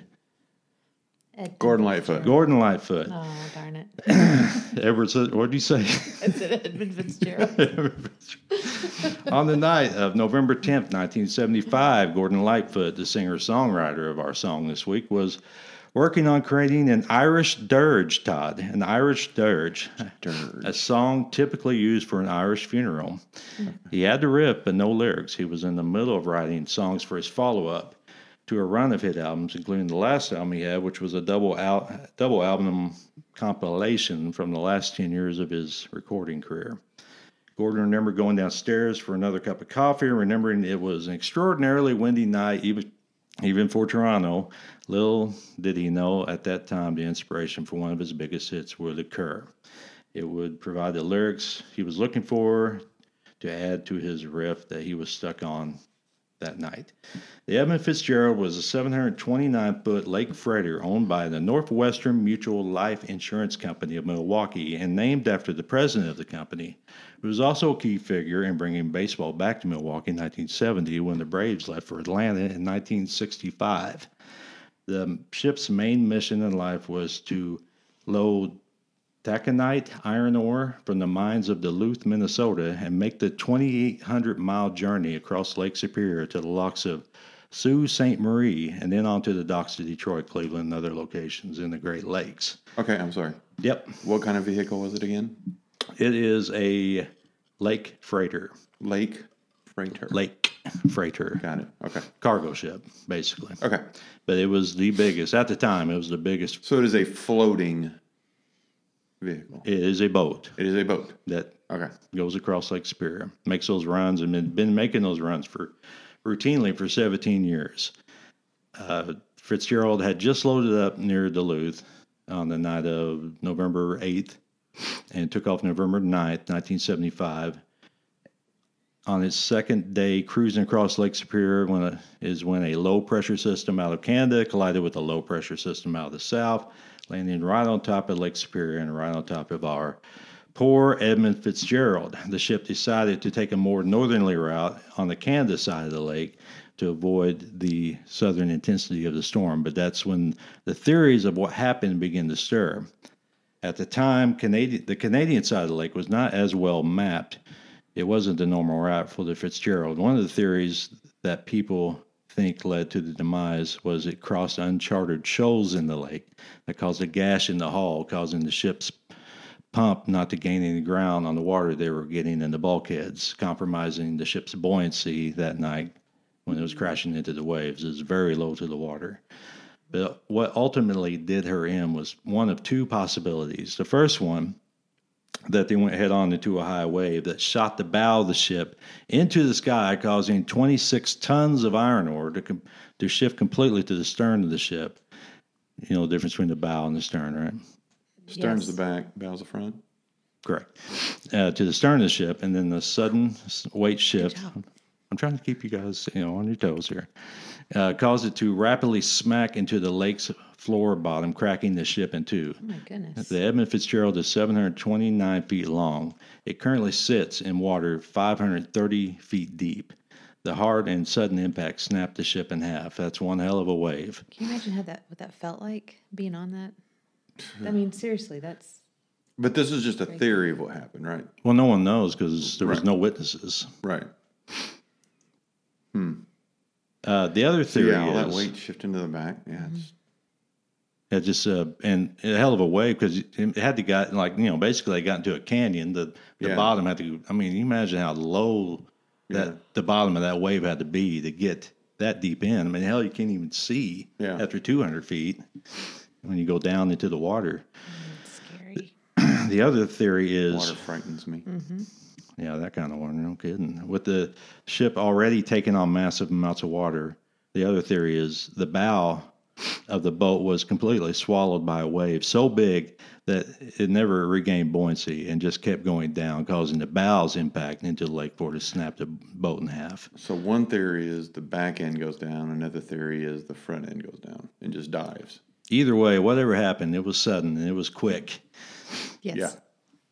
S1: Ed-
S2: Gordon Lightfoot.
S3: Gordon Lightfoot.
S1: Oh darn it!
S3: Edward said, what did you say?
S1: It's an Edmund Fitzgerald.
S3: on the night of November 10th, 1975, Gordon Lightfoot, the singer songwriter of our song this week, was working on creating an Irish dirge, Todd. An Irish dirge.
S2: Dirge.
S3: a song typically used for an Irish funeral. He had the riff, but no lyrics. He was in the middle of writing songs for his follow up to a run of hit albums, including the last album he had, which was a double, al- double album compilation from the last 10 years of his recording career. Gordon remembered going downstairs for another cup of coffee, remembering it was an extraordinarily windy night, even even for Toronto. Little did he know at that time the inspiration for one of his biggest hits would occur. It would provide the lyrics he was looking for to add to his riff that he was stuck on that night. The Edmund Fitzgerald was a 729 foot Lake Freighter owned by the Northwestern Mutual Life Insurance Company of Milwaukee and named after the president of the company, who was also a key figure in bringing baseball back to Milwaukee in 1970 when the Braves left for Atlanta in 1965. The ship's main mission in life was to load taconite iron ore from the mines of Duluth, Minnesota, and make the 2,800 mile journey across Lake Superior to the locks of Sault Ste. Marie and then onto the docks of Detroit, Cleveland, and other locations in the Great Lakes.
S2: Okay, I'm sorry.
S3: Yep,
S2: What kind of vehicle was it again?
S3: it is a lake freighter,
S2: Lake freighter.
S3: lake freighter,
S2: Got it. Okay.
S3: cargo ship, basically.
S2: Okay.
S3: But it was the biggest, at the time, it was the biggest.
S2: So it is a floating vehicle.
S3: It is a boat
S2: It is a boat.
S3: that
S2: Okay.
S3: goes across Lake Superior, makes those runs, and been, been making those runs for routinely for 17 years. Uh, Fitzgerald had just loaded up near Duluth on the night of November 8th and took off November 9th, 1975. On its second day cruising across Lake Superior, when a, is when a low pressure system out of Canada collided with a low pressure system out of the south, landing right on top of Lake Superior and right on top of our Poor Edmund Fitzgerald. The ship decided to take a more northerly route on the Canada side of the lake to avoid the southern intensity of the storm, but that's when the theories of what happened began to stir. At the time, Canadian, the Canadian side of the lake was not as well mapped. It wasn't the normal route for the Fitzgerald. One of the theories that people think led to the demise was it crossed uncharted shoals in the lake that caused a gash in the hull, causing the ship's pump not to gain any ground on the water they were getting in the bulkheads, compromising the ship's buoyancy that night when it was crashing into the waves. It was very low to the water. But what ultimately did her in was one of two possibilities. The first one, that they went head on into a high wave that shot the bow of the ship into the sky, causing 26 tons of iron ore to, com- to shift completely to the stern of the ship. You know, the difference between the bow and the stern, right?
S2: Stern's
S1: Yes.
S2: the back, bow's the front.
S3: Correct. Uh, to the stern of the ship, and then the sudden s- weight shift. I'm trying to keep you guys, you know, on your toes here. Uh, caused it to rapidly smack into the lake's floor bottom, cracking the ship in two.
S1: Oh my goodness.
S3: The Edmund Fitzgerald is 729 feet long. It currently sits in water 530 feet deep. The hard and sudden impact snapped the ship in half. That's one hell of a wave.
S1: Can you imagine how that what that felt like being on that? I mean, seriously, that's
S2: But this is just a theory of what happened, right?
S3: Well, no one knows because there was
S2: Right.
S3: no witnesses.
S2: Right.
S3: Uh, the other
S2: So
S3: theory
S2: yeah, all
S3: is
S2: that weight shift into the back. Yeah. it's-
S3: It just uh, and a hell of a way because it had to got like you know basically they got into a canyon. The the
S2: Yeah.
S3: bottom had to. I mean, you imagine how low that
S2: Yeah.
S3: the bottom of that wave had to be to get that deep in. I mean, hell, you can't even see
S2: Yeah.
S3: after 200 feet when you go down into the water.
S1: It's scary.
S3: The other theory is
S2: Water frightens me.
S3: yeah, that kind of water. No kidding. With the ship already taking on massive amounts of water, the other theory is the bow of the boat was completely swallowed by a wave so big that it never regained buoyancy and just kept going down, causing the bow's impact into the lake floor to snap the boat in half.
S2: So one theory is the back end goes down. Another theory is the front end goes down and just dives.
S3: Either way, whatever happened, it was sudden and it was quick.
S1: Yes.
S2: Yeah.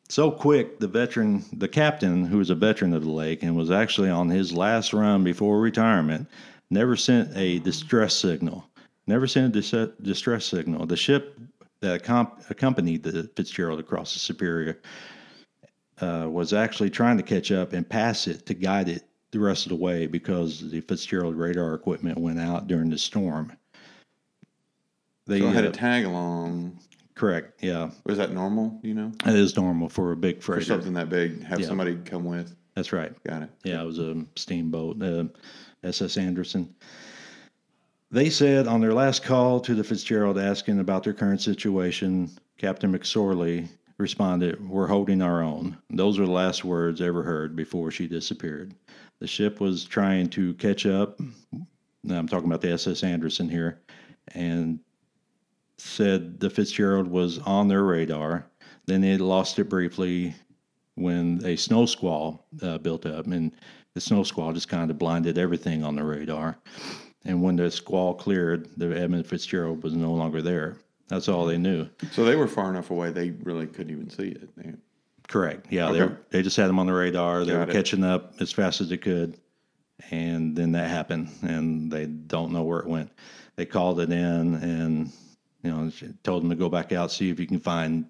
S3: so quick the veteran the captain who was a veteran of the lake and was actually on his last run before retirement never sent a distress signal never sent a dis- distress signal the ship that accom- accompanied the fitzgerald across the superior uh, was actually trying to catch up and pass it to guide it the rest of the way because the fitzgerald radar equipment went out during the storm they
S2: So I had a
S3: uh,
S2: tag along.
S3: correct yeah
S2: Was that normal? You know,
S3: that is normal for a big
S2: for
S3: freighter
S2: something that big, have
S3: Yeah.
S2: somebody come with.
S3: that's right
S2: Got it.
S3: Yeah, it was a steamboat, uh, SS Anderson. They said on their last call to the Fitzgerald asking about their current situation, Captain McSorley responded, We're holding our own. Those were the last words ever heard before she disappeared. The ship was trying to catch up. Now I'm talking about the SS Anderson here, and said the Fitzgerald was on their radar. Then it lost it briefly when a snow squall uh, built up, and the snow squall just kind of blinded everything on the radar. And when the squall cleared, the Edmund Fitzgerald was no longer there. That's all they knew.
S2: So they were far enough away; they really couldn't even see it. They-
S3: Correct. Yeah,
S2: Okay.
S3: they they just had them on the radar. They
S2: Got
S3: were
S2: it.
S3: catching up as fast as they could, and then that happened, and they don't know where it went. They called it in, and you know, told them to go back out see if you can find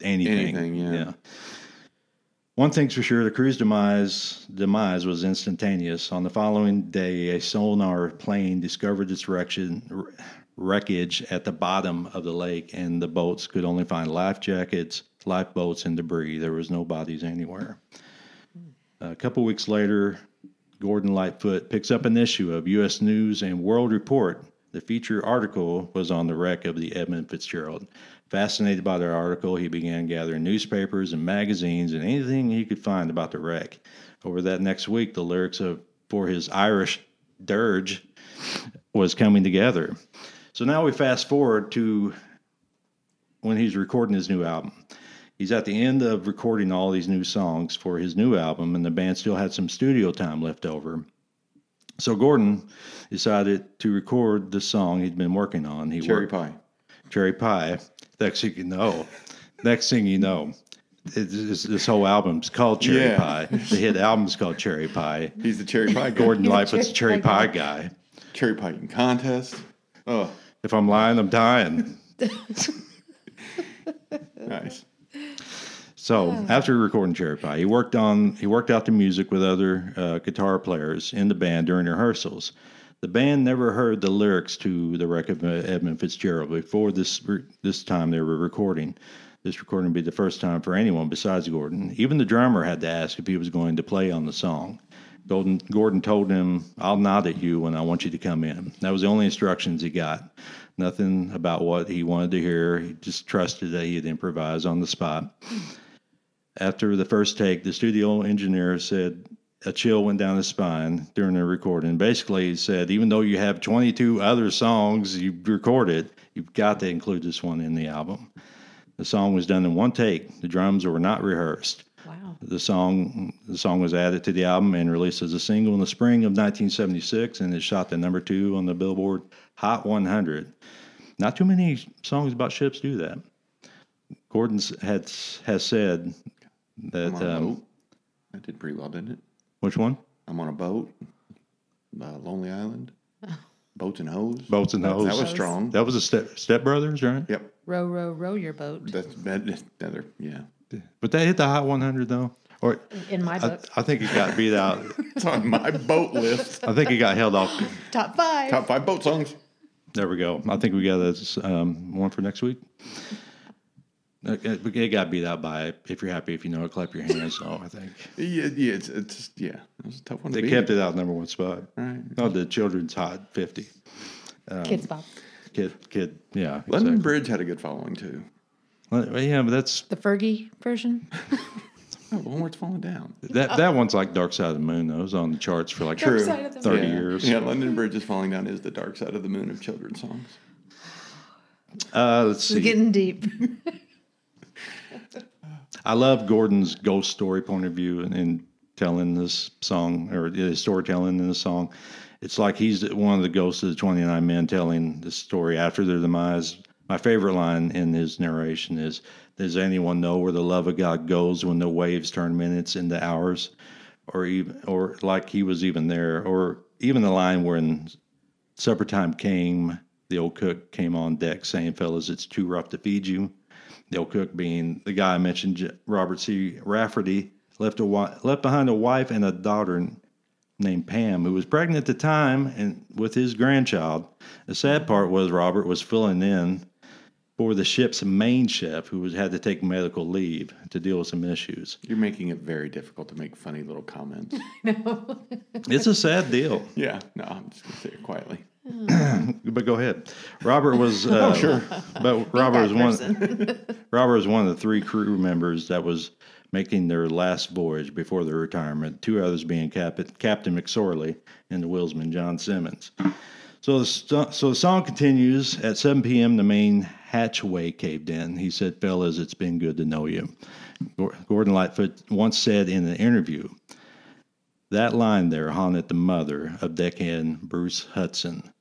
S3: anything.
S2: Anything, yeah.
S3: One thing's for sure: the crew's demise demise was instantaneous. On the following day, a sonar plane discovered its direction. wr- Wreckage at the bottom of the lake, and the boats could only find life jackets, lifeboats, and debris. There was no bodies anywhere. A couple weeks later, Gordon Lightfoot picks up an issue of U.S. News and World Report. The feature article was on the wreck of the Edmund Fitzgerald. Fascinated by their article, he began gathering newspapers and magazines and anything he could find about the wreck. Over that next week, the lyrics of for his Irish dirge was coming together. So now we fast forward to when he's recording his new album. He's at the end of recording all these new songs for his new album, and the band still had some studio time left over. So Gordon decided to record the song he'd been working on. He
S2: Cherry
S3: worked-
S2: pie.
S3: Cherry Pie. Next thing you know, next thing you know, it- this, this whole album's called Cherry
S2: Yeah.
S3: Pie. The hit album's called Cherry Pie.
S2: He's the cherry pie. guy.
S3: Gordon
S1: He's a
S3: Lightfoot's
S1: cherry
S3: Cherry
S1: pie
S3: Pie guy.
S2: cherry pie eating contest. Oh,
S3: If I'm lying, I'm dying.
S2: nice.
S3: So after recording Cherry Pie, he worked on he worked out the music with other uh, guitar players in the band during rehearsals. The band never heard the lyrics to the record of Edmund Fitzgerald before this re- this time they were recording. This recording would be the first time for anyone besides Gordon. Even the drummer had to ask if he was going to play on the song. Gordon, Gordon told him, "I'll nod at you when I want you to come in." That was the only instructions he got. Nothing about what he wanted to hear. He just trusted that he'd improvise on the spot. After the first take, the studio engineer said a chill went down his spine during the recording. Basically, he said, even though you have 22 other songs you've recorded, you've got to include this one in the album. The song was done in one take. The drums were not rehearsed.
S1: Wow.
S3: The song the song was added to the album and released as a single in the spring of 1976, and it shot to number two on the Billboard Hot 100. Not too many songs about ships do that. Gordon's had has said that
S2: I'm on a
S3: um,
S2: boat. I did pretty well, didn't it?
S3: which one
S2: I'm on a boat. Uh, Lonely Island. Boats and hoes.
S3: boats and hoes
S2: That was
S1: Hoes.
S2: strong.
S3: that was a step Step Brothers, right?
S2: Yep.
S1: Row, row, row your boat.
S2: That's that, another. Yeah.
S3: But that hit the Hot 100 though, or
S1: In my
S3: I,
S1: book,
S3: I think it got beat out.
S2: It's on my boat list.
S3: I think it got held off.
S1: top five.
S2: Top five boat songs.
S3: There we go. I think we got this um, one for next week. It, it- it got beat out by if you're happy, if you know it, clap your hands. Oh, I think
S2: Yeah, yeah it's, it's yeah, that was a tough one.
S3: they
S2: to beat.
S3: kept it out number one spot.
S2: Right.
S3: Oh, the children's hot fifty
S1: Kids Bop.
S3: kid kid. Yeah,
S2: London
S3: exactly.
S2: Bridge had a good following too.
S3: Well, yeah, but that's
S1: The Fergie version.
S2: Oh, one where it's falling down.
S3: that that one's like Dark Side of the Moon. though. It was on the charts for like
S1: Dark Side of the
S3: 30
S2: yeah.
S3: years.
S2: Yeah, London Bridge is falling down is the dark side of the moon of children's songs.
S3: Uh, let's
S1: It's
S3: see.
S1: getting deep.
S3: I love Gordon's ghost story point of view and, and telling this song or the storytelling in the song. It's like he's one of the ghosts of the 29 men telling the story after their demise. My favorite line in his narration is Does anyone know where the love of God goes when the waves turn minutes into hours? Or even, or like he was even there, or even the line when supper time came, the old cook came on deck saying, Fellas, it's too rough to feed you. Dale Cook being the guy I mentioned, J- Robert C. Rafferty, left a wi- left behind a wife and a daughter n- named Pam, who was pregnant at the time and with his grandchild. The sad part was Robert was filling in for the ship's main chef, who was, had to take medical leave to deal with some issues.
S2: You're making it very difficult to make funny little comments.
S3: It's a sad deal,
S2: yeah, no, I'm just gonna say it quietly.
S3: but go ahead. Robert was uh, sure, but Robert was
S1: That
S3: one.
S1: person.
S3: Robert was one of the three crew members that was making their last voyage before their retirement, two others being Cap- Captain McSorley and the wheelsman John Simmons. So the, st- so the song continues. At 7 p.m., the main hatchway caved in. He said, Fellas, it's been good to know you. Gor- Gordon Lightfoot once said in an interview, that line there haunted the mother of deckhand Bruce Hudson.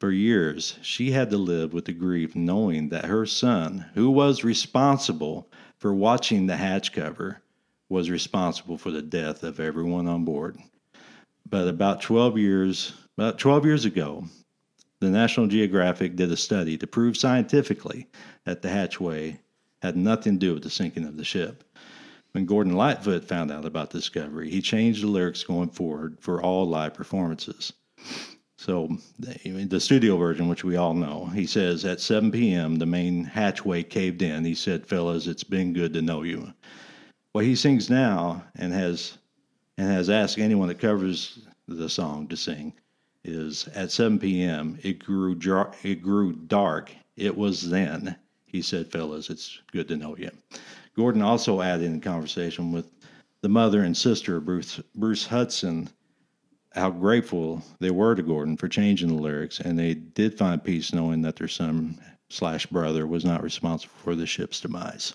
S3: For years, she had to live with the grief knowing that her son, who was responsible for watching the hatch cover, was responsible for the death of everyone on board. But about 12 years, about 12 years ago, the National Geographic did a study to prove scientifically that the hatchway had nothing to do with the sinking of the ship. When Gordon Lightfoot found out about the discovery, he changed the lyrics going forward for all live performances. So the the studio version, which we all know, he says at 7 p.m. the main hatchway caved in. He said, "Fellas, it's been good to know you." Well, he sings now and has and has asked anyone that covers the song to sing is at 7 p.m. It grew jar- it grew dark. It was then he said, "Fellas, it's good to know you." Gordon also added in conversation with the mother and sister of Bruce Bruce Hudson how grateful they were to Gordon for changing the lyrics, and they did find peace knowing that their son slash brother was not responsible for the ship's demise.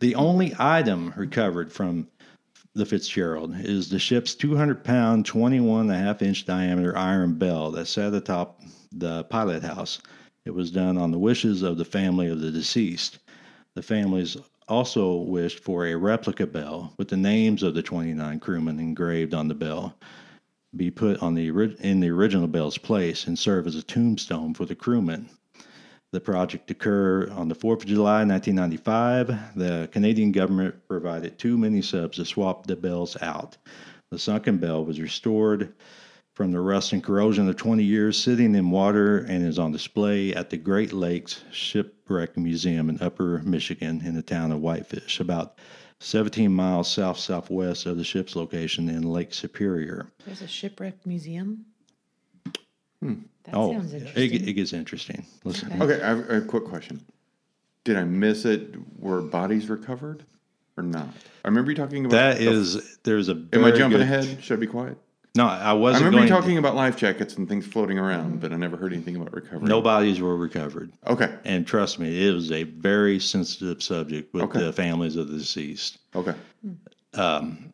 S3: The only item recovered from the Fitzgerald is the ship's 200 pound, 21 and a half inch diameter iron bell that sat atop the pilot house. It was done on the wishes of the family of the deceased. The families also wished for a replica bell with the names of the 29 crewmen engraved on the bell be put on the ori- in the original bell's place and serve as a tombstone for the crewmen. The project occurred on the 4th of July 1995. The Canadian government provided two mini subs to swap the bells out. The sunken bell was restored from the rust and corrosion of 20 years sitting in water and is on display at the Great Lakes Shipwreck Museum in Upper Michigan in the town of Whitefish, about 17 miles south southwest of the ship's location in Lake Superior.
S1: There's a shipwreck museum.
S2: Hmm.
S1: That
S3: oh,
S1: sounds
S3: it,
S1: interesting.
S3: it gets interesting. Listen,
S2: Okay, I have a quick question. Did I miss it? Were bodies recovered or not? I remember you talking about Oh,
S3: that is there's a.
S2: Am I
S3: very
S2: jumping
S3: good-
S2: ahead? Should I be quiet?
S3: No, I
S2: I
S3: wasn't.
S2: remember you
S3: going-
S2: talking about life jackets and things floating around, but I never heard anything about recovery.
S3: No bodies were recovered,
S2: Okay.
S3: and trust me, it was a very sensitive subject with
S2: Okay.
S3: the families of the deceased.
S2: Okay.
S3: Um,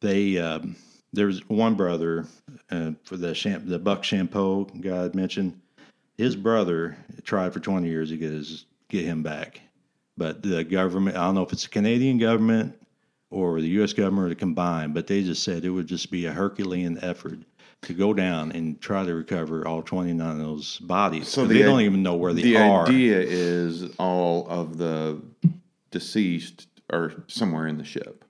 S3: they um, there was one brother uh, for the champ, the Buck Shampoo guy I mentioned. His brother tried for twenty years to get his get him back, but the government I don't know if it's the Canadian government or the U.S. government or combined, but they just said it would just be a Herculean effort to go down and try to recover all twenty nine of those bodies.
S2: So
S3: So
S2: the
S3: they
S2: i-
S3: don't even know where they
S2: the
S3: are.
S2: idea is all of the deceased are somewhere in the ship,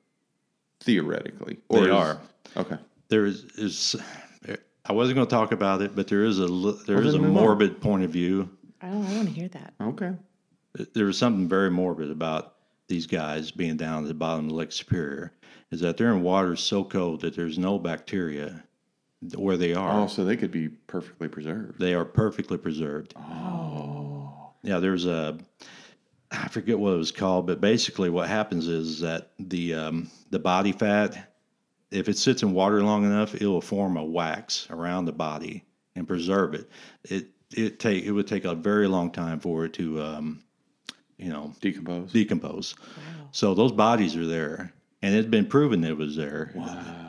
S2: theoretically.
S3: They
S2: is-
S3: are.
S2: Okay.
S3: there is, is I wasn't going to talk about it, but there is a li- there
S2: Well,
S3: is a
S2: then move on.
S3: morbid point of view
S1: I don't. I want to hear that.
S2: Okay.
S3: there was something very morbid about these guys being down at the bottom of Lake Superior is that they're in water so cold that there's no bacteria where they are.
S2: Oh, so they could be perfectly preserved.
S3: They are perfectly preserved.
S2: Oh.
S3: Yeah, there's a I forget what it was called, but basically what happens is that the um, the body fat, if it sits in water long enough, it will form a wax around the body and preserve it. It it take it would take a very long time for it to um, you know
S2: Decompose.
S3: decompose.
S1: Wow.
S3: So those bodies are there, and it's been proven it was there.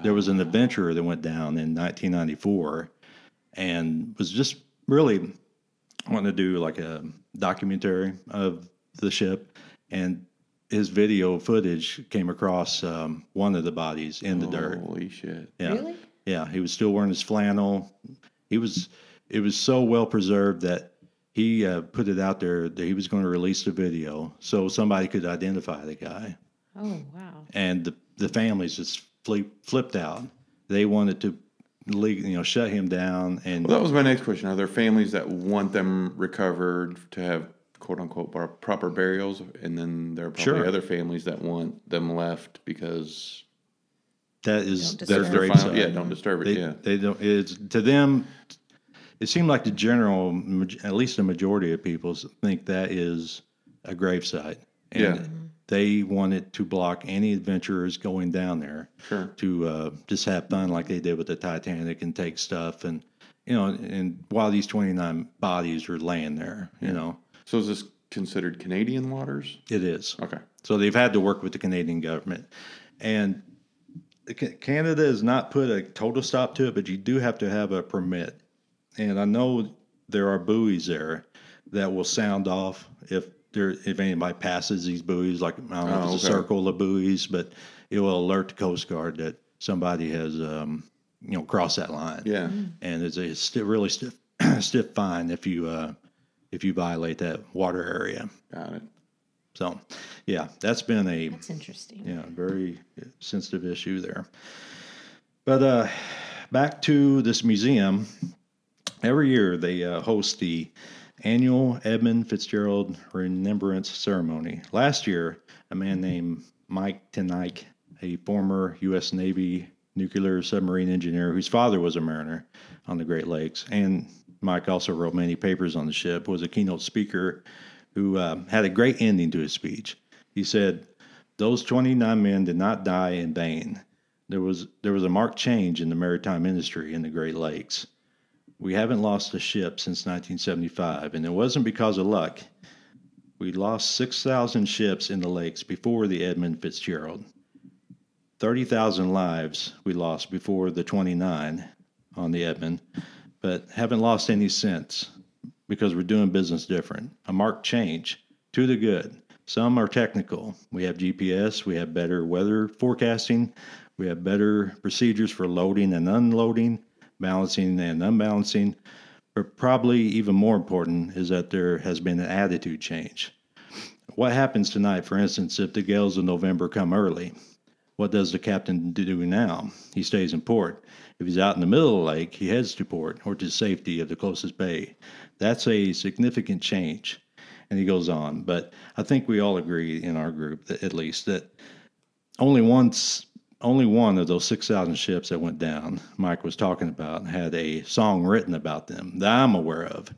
S3: There was an adventurer that went down in 1994, and was just really wanting to do like a documentary of the ship, and his video footage came across um, one of the bodies in
S2: Oh.
S3: the dirt.
S2: Holy shit.
S3: Yeah.
S1: Really?
S3: Yeah, he was still wearing his flannel. He was it was so well preserved that he uh, put it out there that he was going to release the video so somebody could identify the guy.
S1: Oh wow.
S3: And the the families just flip, flipped out. They wanted to le- you know shut him down and
S2: Well, that was my next question. Are there families that want them recovered to have quote unquote bar- proper burials? And then there are probably
S3: Sure.
S2: other families that want them left because
S3: that is
S1: Don't
S3: their
S1: disturb.
S2: their
S3: graveside.
S2: final- yeah, don't disturb it.
S3: They,
S2: yeah.
S3: they don't. It's to them. It seemed like the general, maj- at least the majority of people, s- think that is a gravesite, and
S2: Yeah.
S3: they wanted to block any adventurers going down there
S2: Sure.
S3: to uh, just have fun, like they did with the Titanic, and take stuff, and you know, and while these twenty nine bodies are laying there, you know,
S2: So is this considered Canadian waters?
S3: it is.
S2: Okay.
S3: So they've had to work with the Canadian government. And Ca- Canada has not put a total stop to it, but you do have to have a permit. And I know there are buoys there that will sound off if there if anybody passes these buoys, like I don't know if
S2: Oh,
S3: it's a
S2: okay.
S3: circle of buoys, but it will alert the Coast Guard that somebody has um, you know crossed that line.
S2: Yeah.
S3: And it's a sti really stiff stiff fine if you uh, if you violate that water area.
S2: Got it.
S3: So, yeah, that's been a
S1: That's interesting.
S3: yeah very uh, sensitive issue there. But uh, back to this museum. Every year they uh, host the annual Edmund Fitzgerald Remembrance Ceremony. Last year, a man named Mike Tenike, a former U.S. Navy nuclear submarine engineer whose father was a mariner on the Great Lakes, and Mike also wrote many papers on the ship, was a keynote speaker who uh, had a great ending to his speech. He said, "Those 29 men did not die in vain. There was there was a marked change in the maritime industry in the Great Lakes." We haven't lost a ship since 1975, and it wasn't because of luck. We lost 6,000 ships in the lakes before the Edmund Fitzgerald. 30,000 lives we lost before the 29 on the Edmund, but haven't lost any since because we're doing business different. A marked change to the good. Some are technical. We have GPS, we have better weather forecasting, we have better procedures for loading and unloading, balancing and unbalancing. But probably even more important is that there has been an attitude change. What happens tonight, for instance, if the gales of November come early? What does the captain do now? He stays in port. If he's out in the middle of the lake, he heads to port or to safety of the closest bay. That's a significant change. And he goes on. But I think we all agree in our group, that, at least, that only once, only one of those 6,000 ships that went down, Mike was talking about, had a song written about them that I'm aware of.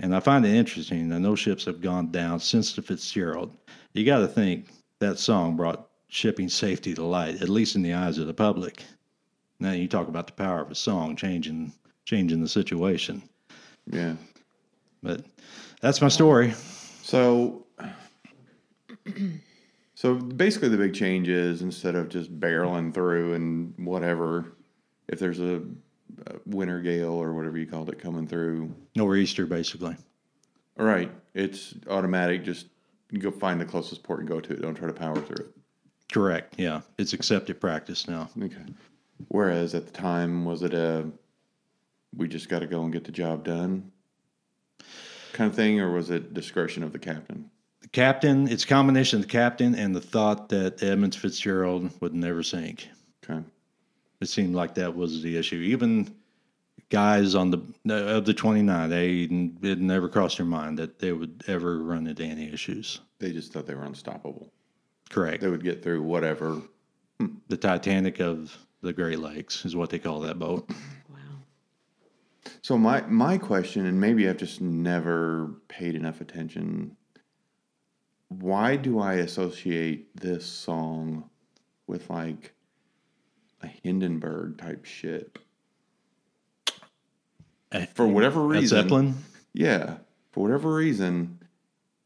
S3: And I find it interesting that no ships have gone down since the Fitzgerald. You got to think that song brought shipping safety to light, at least in the eyes of the public. Now you talk about the power of a song changing changing the situation.
S2: Yeah.
S3: But that's my story.
S2: So, so basically, the big change is instead of just barreling through and whatever, if there's a, a winter gale or whatever you called it coming through,
S3: Nor'easter, basically.
S2: all right, it's automatic. Just go find the closest port and go to it. Don't try to power through it.
S3: Correct. Yeah, it's accepted practice now.
S2: Okay. Whereas at the time, was it a we just got to go and get the job done kind of thing, or was it discretion of the captain?
S3: The captain, it's a combination of the captain and the thought that Edmonds Fitzgerald would never sink.
S2: Okay.
S3: It seemed like that was the issue. Even guys on the of the 29 they it never crossed their mind that they would ever run into any issues
S2: They just thought they were unstoppable.
S3: correct
S2: They would get through whatever.
S3: the titanic of the great lakes is what they call that boat
S1: Wow.
S2: So my my question, and maybe I've just never paid enough attention. Why do I associate this song with like a Hindenburg type ship?
S3: Eh,
S2: For whatever
S3: At
S2: reason,
S3: zeppelin
S2: Yeah, for whatever reason,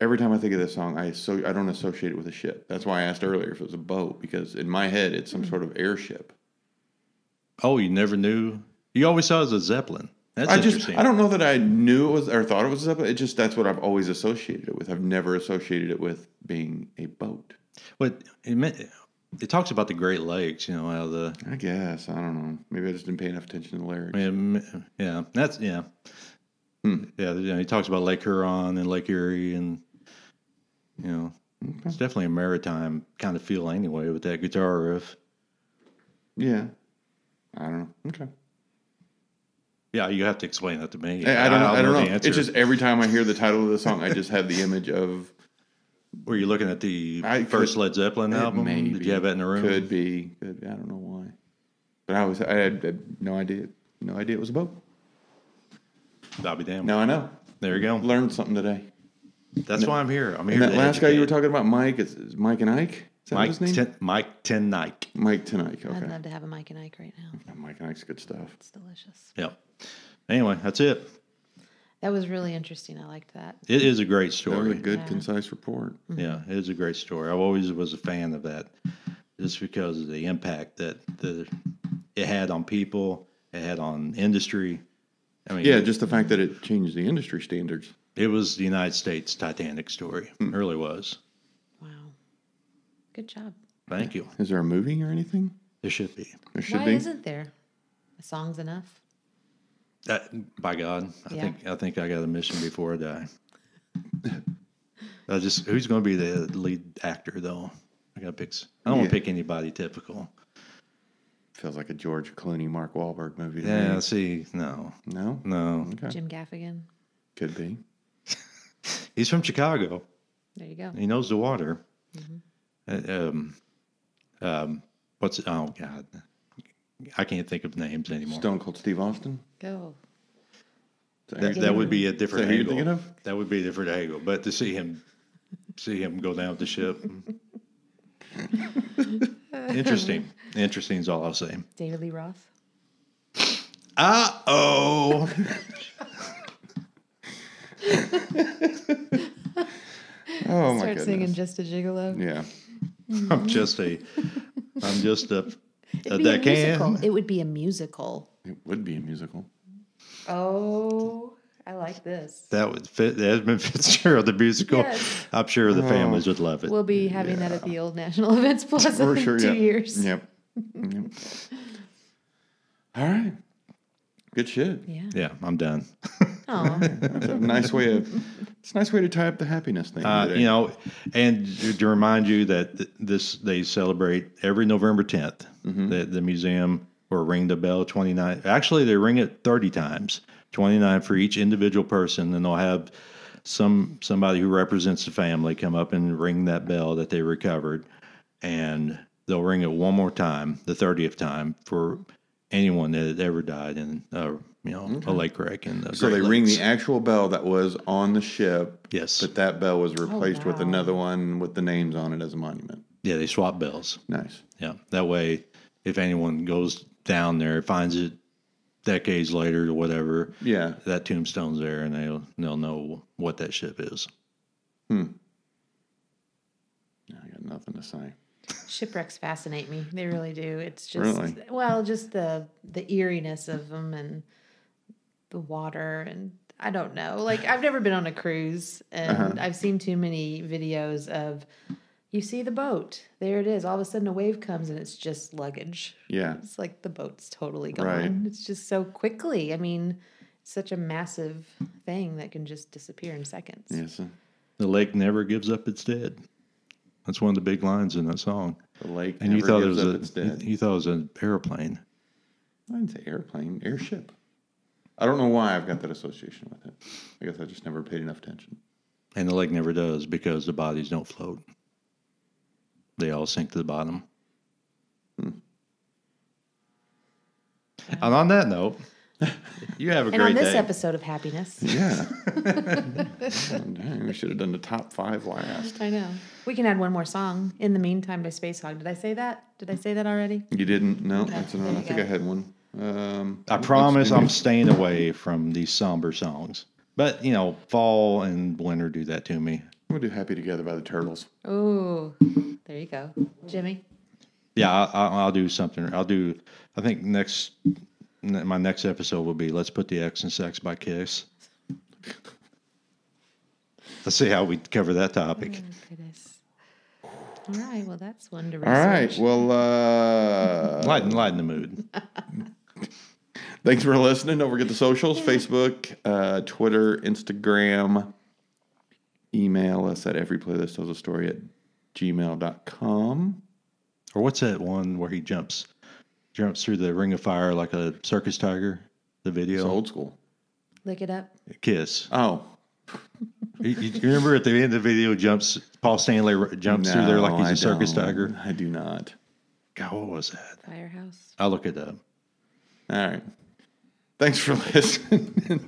S2: every time I think of this song, I so I don't associate it with a ship. That's why I asked earlier if it was a boat because in my head it's some sort of airship.
S3: oh you never knew you always saw it as a zeppelin that's
S2: I
S3: interesting
S2: just I don't know that I knew it was or thought it was a zeppelin. It just that's what I've always associated it with. I've never associated it with being a boat.
S3: but it, meant, it talks about the great lakes you know how the
S2: I guess I don't know. Maybe I just didn't pay enough attention to the lyrics.
S3: Yeah, m- yeah, that's yeah,
S2: Hmm.
S3: yeah. You know, he talks about Lake Huron and Lake Erie, and you know, it's definitely a maritime kind of feel anyway with that guitar riff.
S2: Yeah, I don't know. Okay,
S3: Yeah, you have to explain that to me.
S2: I, I don't know. I don't know.
S3: the answer.
S2: It's just every time I hear the title of the song, I just have the image of
S3: were you looking at the
S2: I could-
S3: first Led Zeppelin
S2: It
S3: album?
S2: may
S3: Did
S2: be.
S3: you have that in the room?
S2: Could be. Could be. I don't know why. But I always I had, had no idea. No idea it was a boat.
S3: I'll be damned.
S2: Now I know.
S3: There you go.
S2: Learned something today.
S3: That's why I'm here. I'm here.
S2: And that
S3: to
S2: last guy you were
S3: educate.
S2: talking about, Mike, is, is Mike and Ike. Is that his name?
S3: Mike Ten, Mike Ten Nike.
S2: Mike and Ike. Okay.
S1: I'd love to have a Mike and Ike right now.
S2: Yeah, Mike and Ike's good stuff.
S1: It's delicious.
S3: Yep. Anyway, that's it.
S1: That was really interesting. I liked that.
S3: It is a
S2: That
S3: great story.
S2: was a good,
S1: Yeah.
S2: concise report.
S3: Yeah, it is a great story. I always was a fan of that, just because of the impact that the it had on people, it had on industry. I mean,
S2: Yeah, just the fact that it changed the industry standards.
S3: it was the United States Titanic story.
S2: Hmm.
S3: It really was.
S1: Wow. Good job.
S3: Thank you.
S2: Is there a movie or anything?
S3: There should be.
S2: There should
S1: Why
S2: be.
S1: isn't there? A song's enough.
S3: That, by God, I
S1: Yeah.
S3: think I think I got a mission before I die. I just who's going to be the lead actor though? I got to pick. s- I don't want
S2: Yeah.
S3: to pick anybody typical.
S2: Feels like a George Clooney, Mark Wahlberg movie. to
S3: Yeah.
S2: me.
S3: See, no,
S2: No?
S3: no.
S2: Okay.
S1: Jim Gaffigan.
S2: Could be.
S3: He's from Chicago.
S1: There you go.
S3: He knows the water. Uh, Um, um, what's oh god, I can't think of names anymore.
S2: Stone Cold Steve Austin.
S1: Go.
S2: Is that
S3: That,
S2: who-
S3: that would be a different
S2: Is that who you're
S3: angle.
S2: thinking of?
S3: That would be a different angle. But to see him, see him go down with the ship. Interesting. Interesting is all I'll say.
S1: David Lee Roth.
S2: Oh
S3: Uh oh.
S2: Oh,
S1: Start
S2: my goodness.
S1: singing Just a Gigolo.
S2: Yeah.
S3: I'm just a. I'm just a.
S1: It'd
S3: a
S1: be a musical.
S3: deckhand.
S1: It would be a musical.
S2: It would be a musical.
S1: Oh, I like this.
S3: That would fit the Edmund Fitzgerald the musical.
S1: Yes.
S3: I'm sure
S2: Oh.
S3: the families would love it.
S1: We'll be having that at the old National Events Plaza
S2: For
S1: in
S2: sure.
S1: two
S2: yeah.
S1: years.
S2: Yep. Yep. All right. Good shit.
S1: Yeah.
S3: yeah, I'm done.
S1: Oh,
S2: That's a nice way of. It's a nice way to tie up the happiness thing.
S3: Uh,
S2: today.
S3: you know, and to to remind you that th- this they celebrate every November 10th.
S2: Mm-hmm.
S3: The, the museum will ring the bell 29. Actually, they ring it 30 times, 29 for each individual person, and they'll have some somebody who represents the family come up and ring that bell that they recovered, and they'll ring it one more time, the 30th time for anyone that had ever died in uh, you know a lake wreck. And the
S2: so they
S3: Great
S2: ring
S3: Lakes.
S2: the actual bell that was on the ship.
S3: yes,
S2: But that bell was replaced with
S1: Oh, wow.
S2: another one with the names on it as a monument.
S3: yeah, they swap bells.
S2: Nice.
S3: Yeah. That way, if anyone goes down there, finds it decades later or whatever,
S2: Yeah.
S3: that tombstone's there and they'll, they'll know what that ship is.
S2: I got nothing to say.
S1: shipwrecks fascinate me. They really do. It's just
S2: Really?
S1: well, just the the eeriness of them and the water and I don't know. Like I've never been on a cruise and
S2: Uh-huh.
S1: I've seen too many videos of you see the boat. There it is. All of a sudden a wave comes and it's just luggage.
S2: Yeah.
S1: It's like the boat's totally gone.
S2: Right.
S1: It's just so quickly. I mean, it's such a massive thing that can just disappear in seconds.
S2: Yes. uh,
S3: The lake never gives up its dead. That's one of the big lines in that song.
S2: The lake.
S3: And you
S2: never
S3: thought it
S2: gives
S3: was
S2: up
S3: a
S2: its dead.
S3: you thought it was an airplane.
S2: I didn't say airplane. Airship. I don't know why I've got that association with it. I guess I just never paid enough attention.
S3: And the lake never does because the bodies don't float. They all sink to the bottom.
S2: Hmm.
S3: And on that note, you have a
S1: And
S3: great
S1: on this
S3: day.
S1: episode of Happiness,
S2: Yeah. Dang, we should have done the top five last.
S1: I know we can add one more song. In the meantime, by Space Hog. Did I say that? Did I say that already?
S2: You didn't? No, that's another.
S1: there
S2: I
S1: you
S2: think
S1: go.
S2: I had one. Um,
S3: I promise I'm staying away from these somber songs. But, you know, fall and winter do that to me.
S2: I'm gonna do "Happy Together" by the Turtles.
S1: Oh, there you go, Jimmy.
S3: Yeah, I, I, I'll do something. I'll do, I think next, n- my next episode will be Let's Put the X and Sex by Kiss. Let's see how we cover that topic.
S1: Oh, goodness. All right. Well, that's one to
S2: All right.
S1: research.
S2: Well, uh,
S3: Lighten, lighten the mood.
S2: thanks for listening. Don't forget the socials: Facebook, uh, Twitter, Instagram. Email us at every playlist tells a story at gmail.com.
S3: Or what's that one where he jumps, jumps through the ring of fire like a circus tiger? The video
S2: It's old school.
S1: Look it up.
S3: kiss.
S2: Oh,
S3: You, you remember at the end of the video, jumps Paul Stanley r- jumps through there like
S2: no,
S3: he's a
S2: I
S3: circus
S2: don't.
S3: tiger.
S2: I do not.
S3: God, what was that?
S1: Firehouse.
S3: I'll look it up.
S2: All right. Thanks for listening.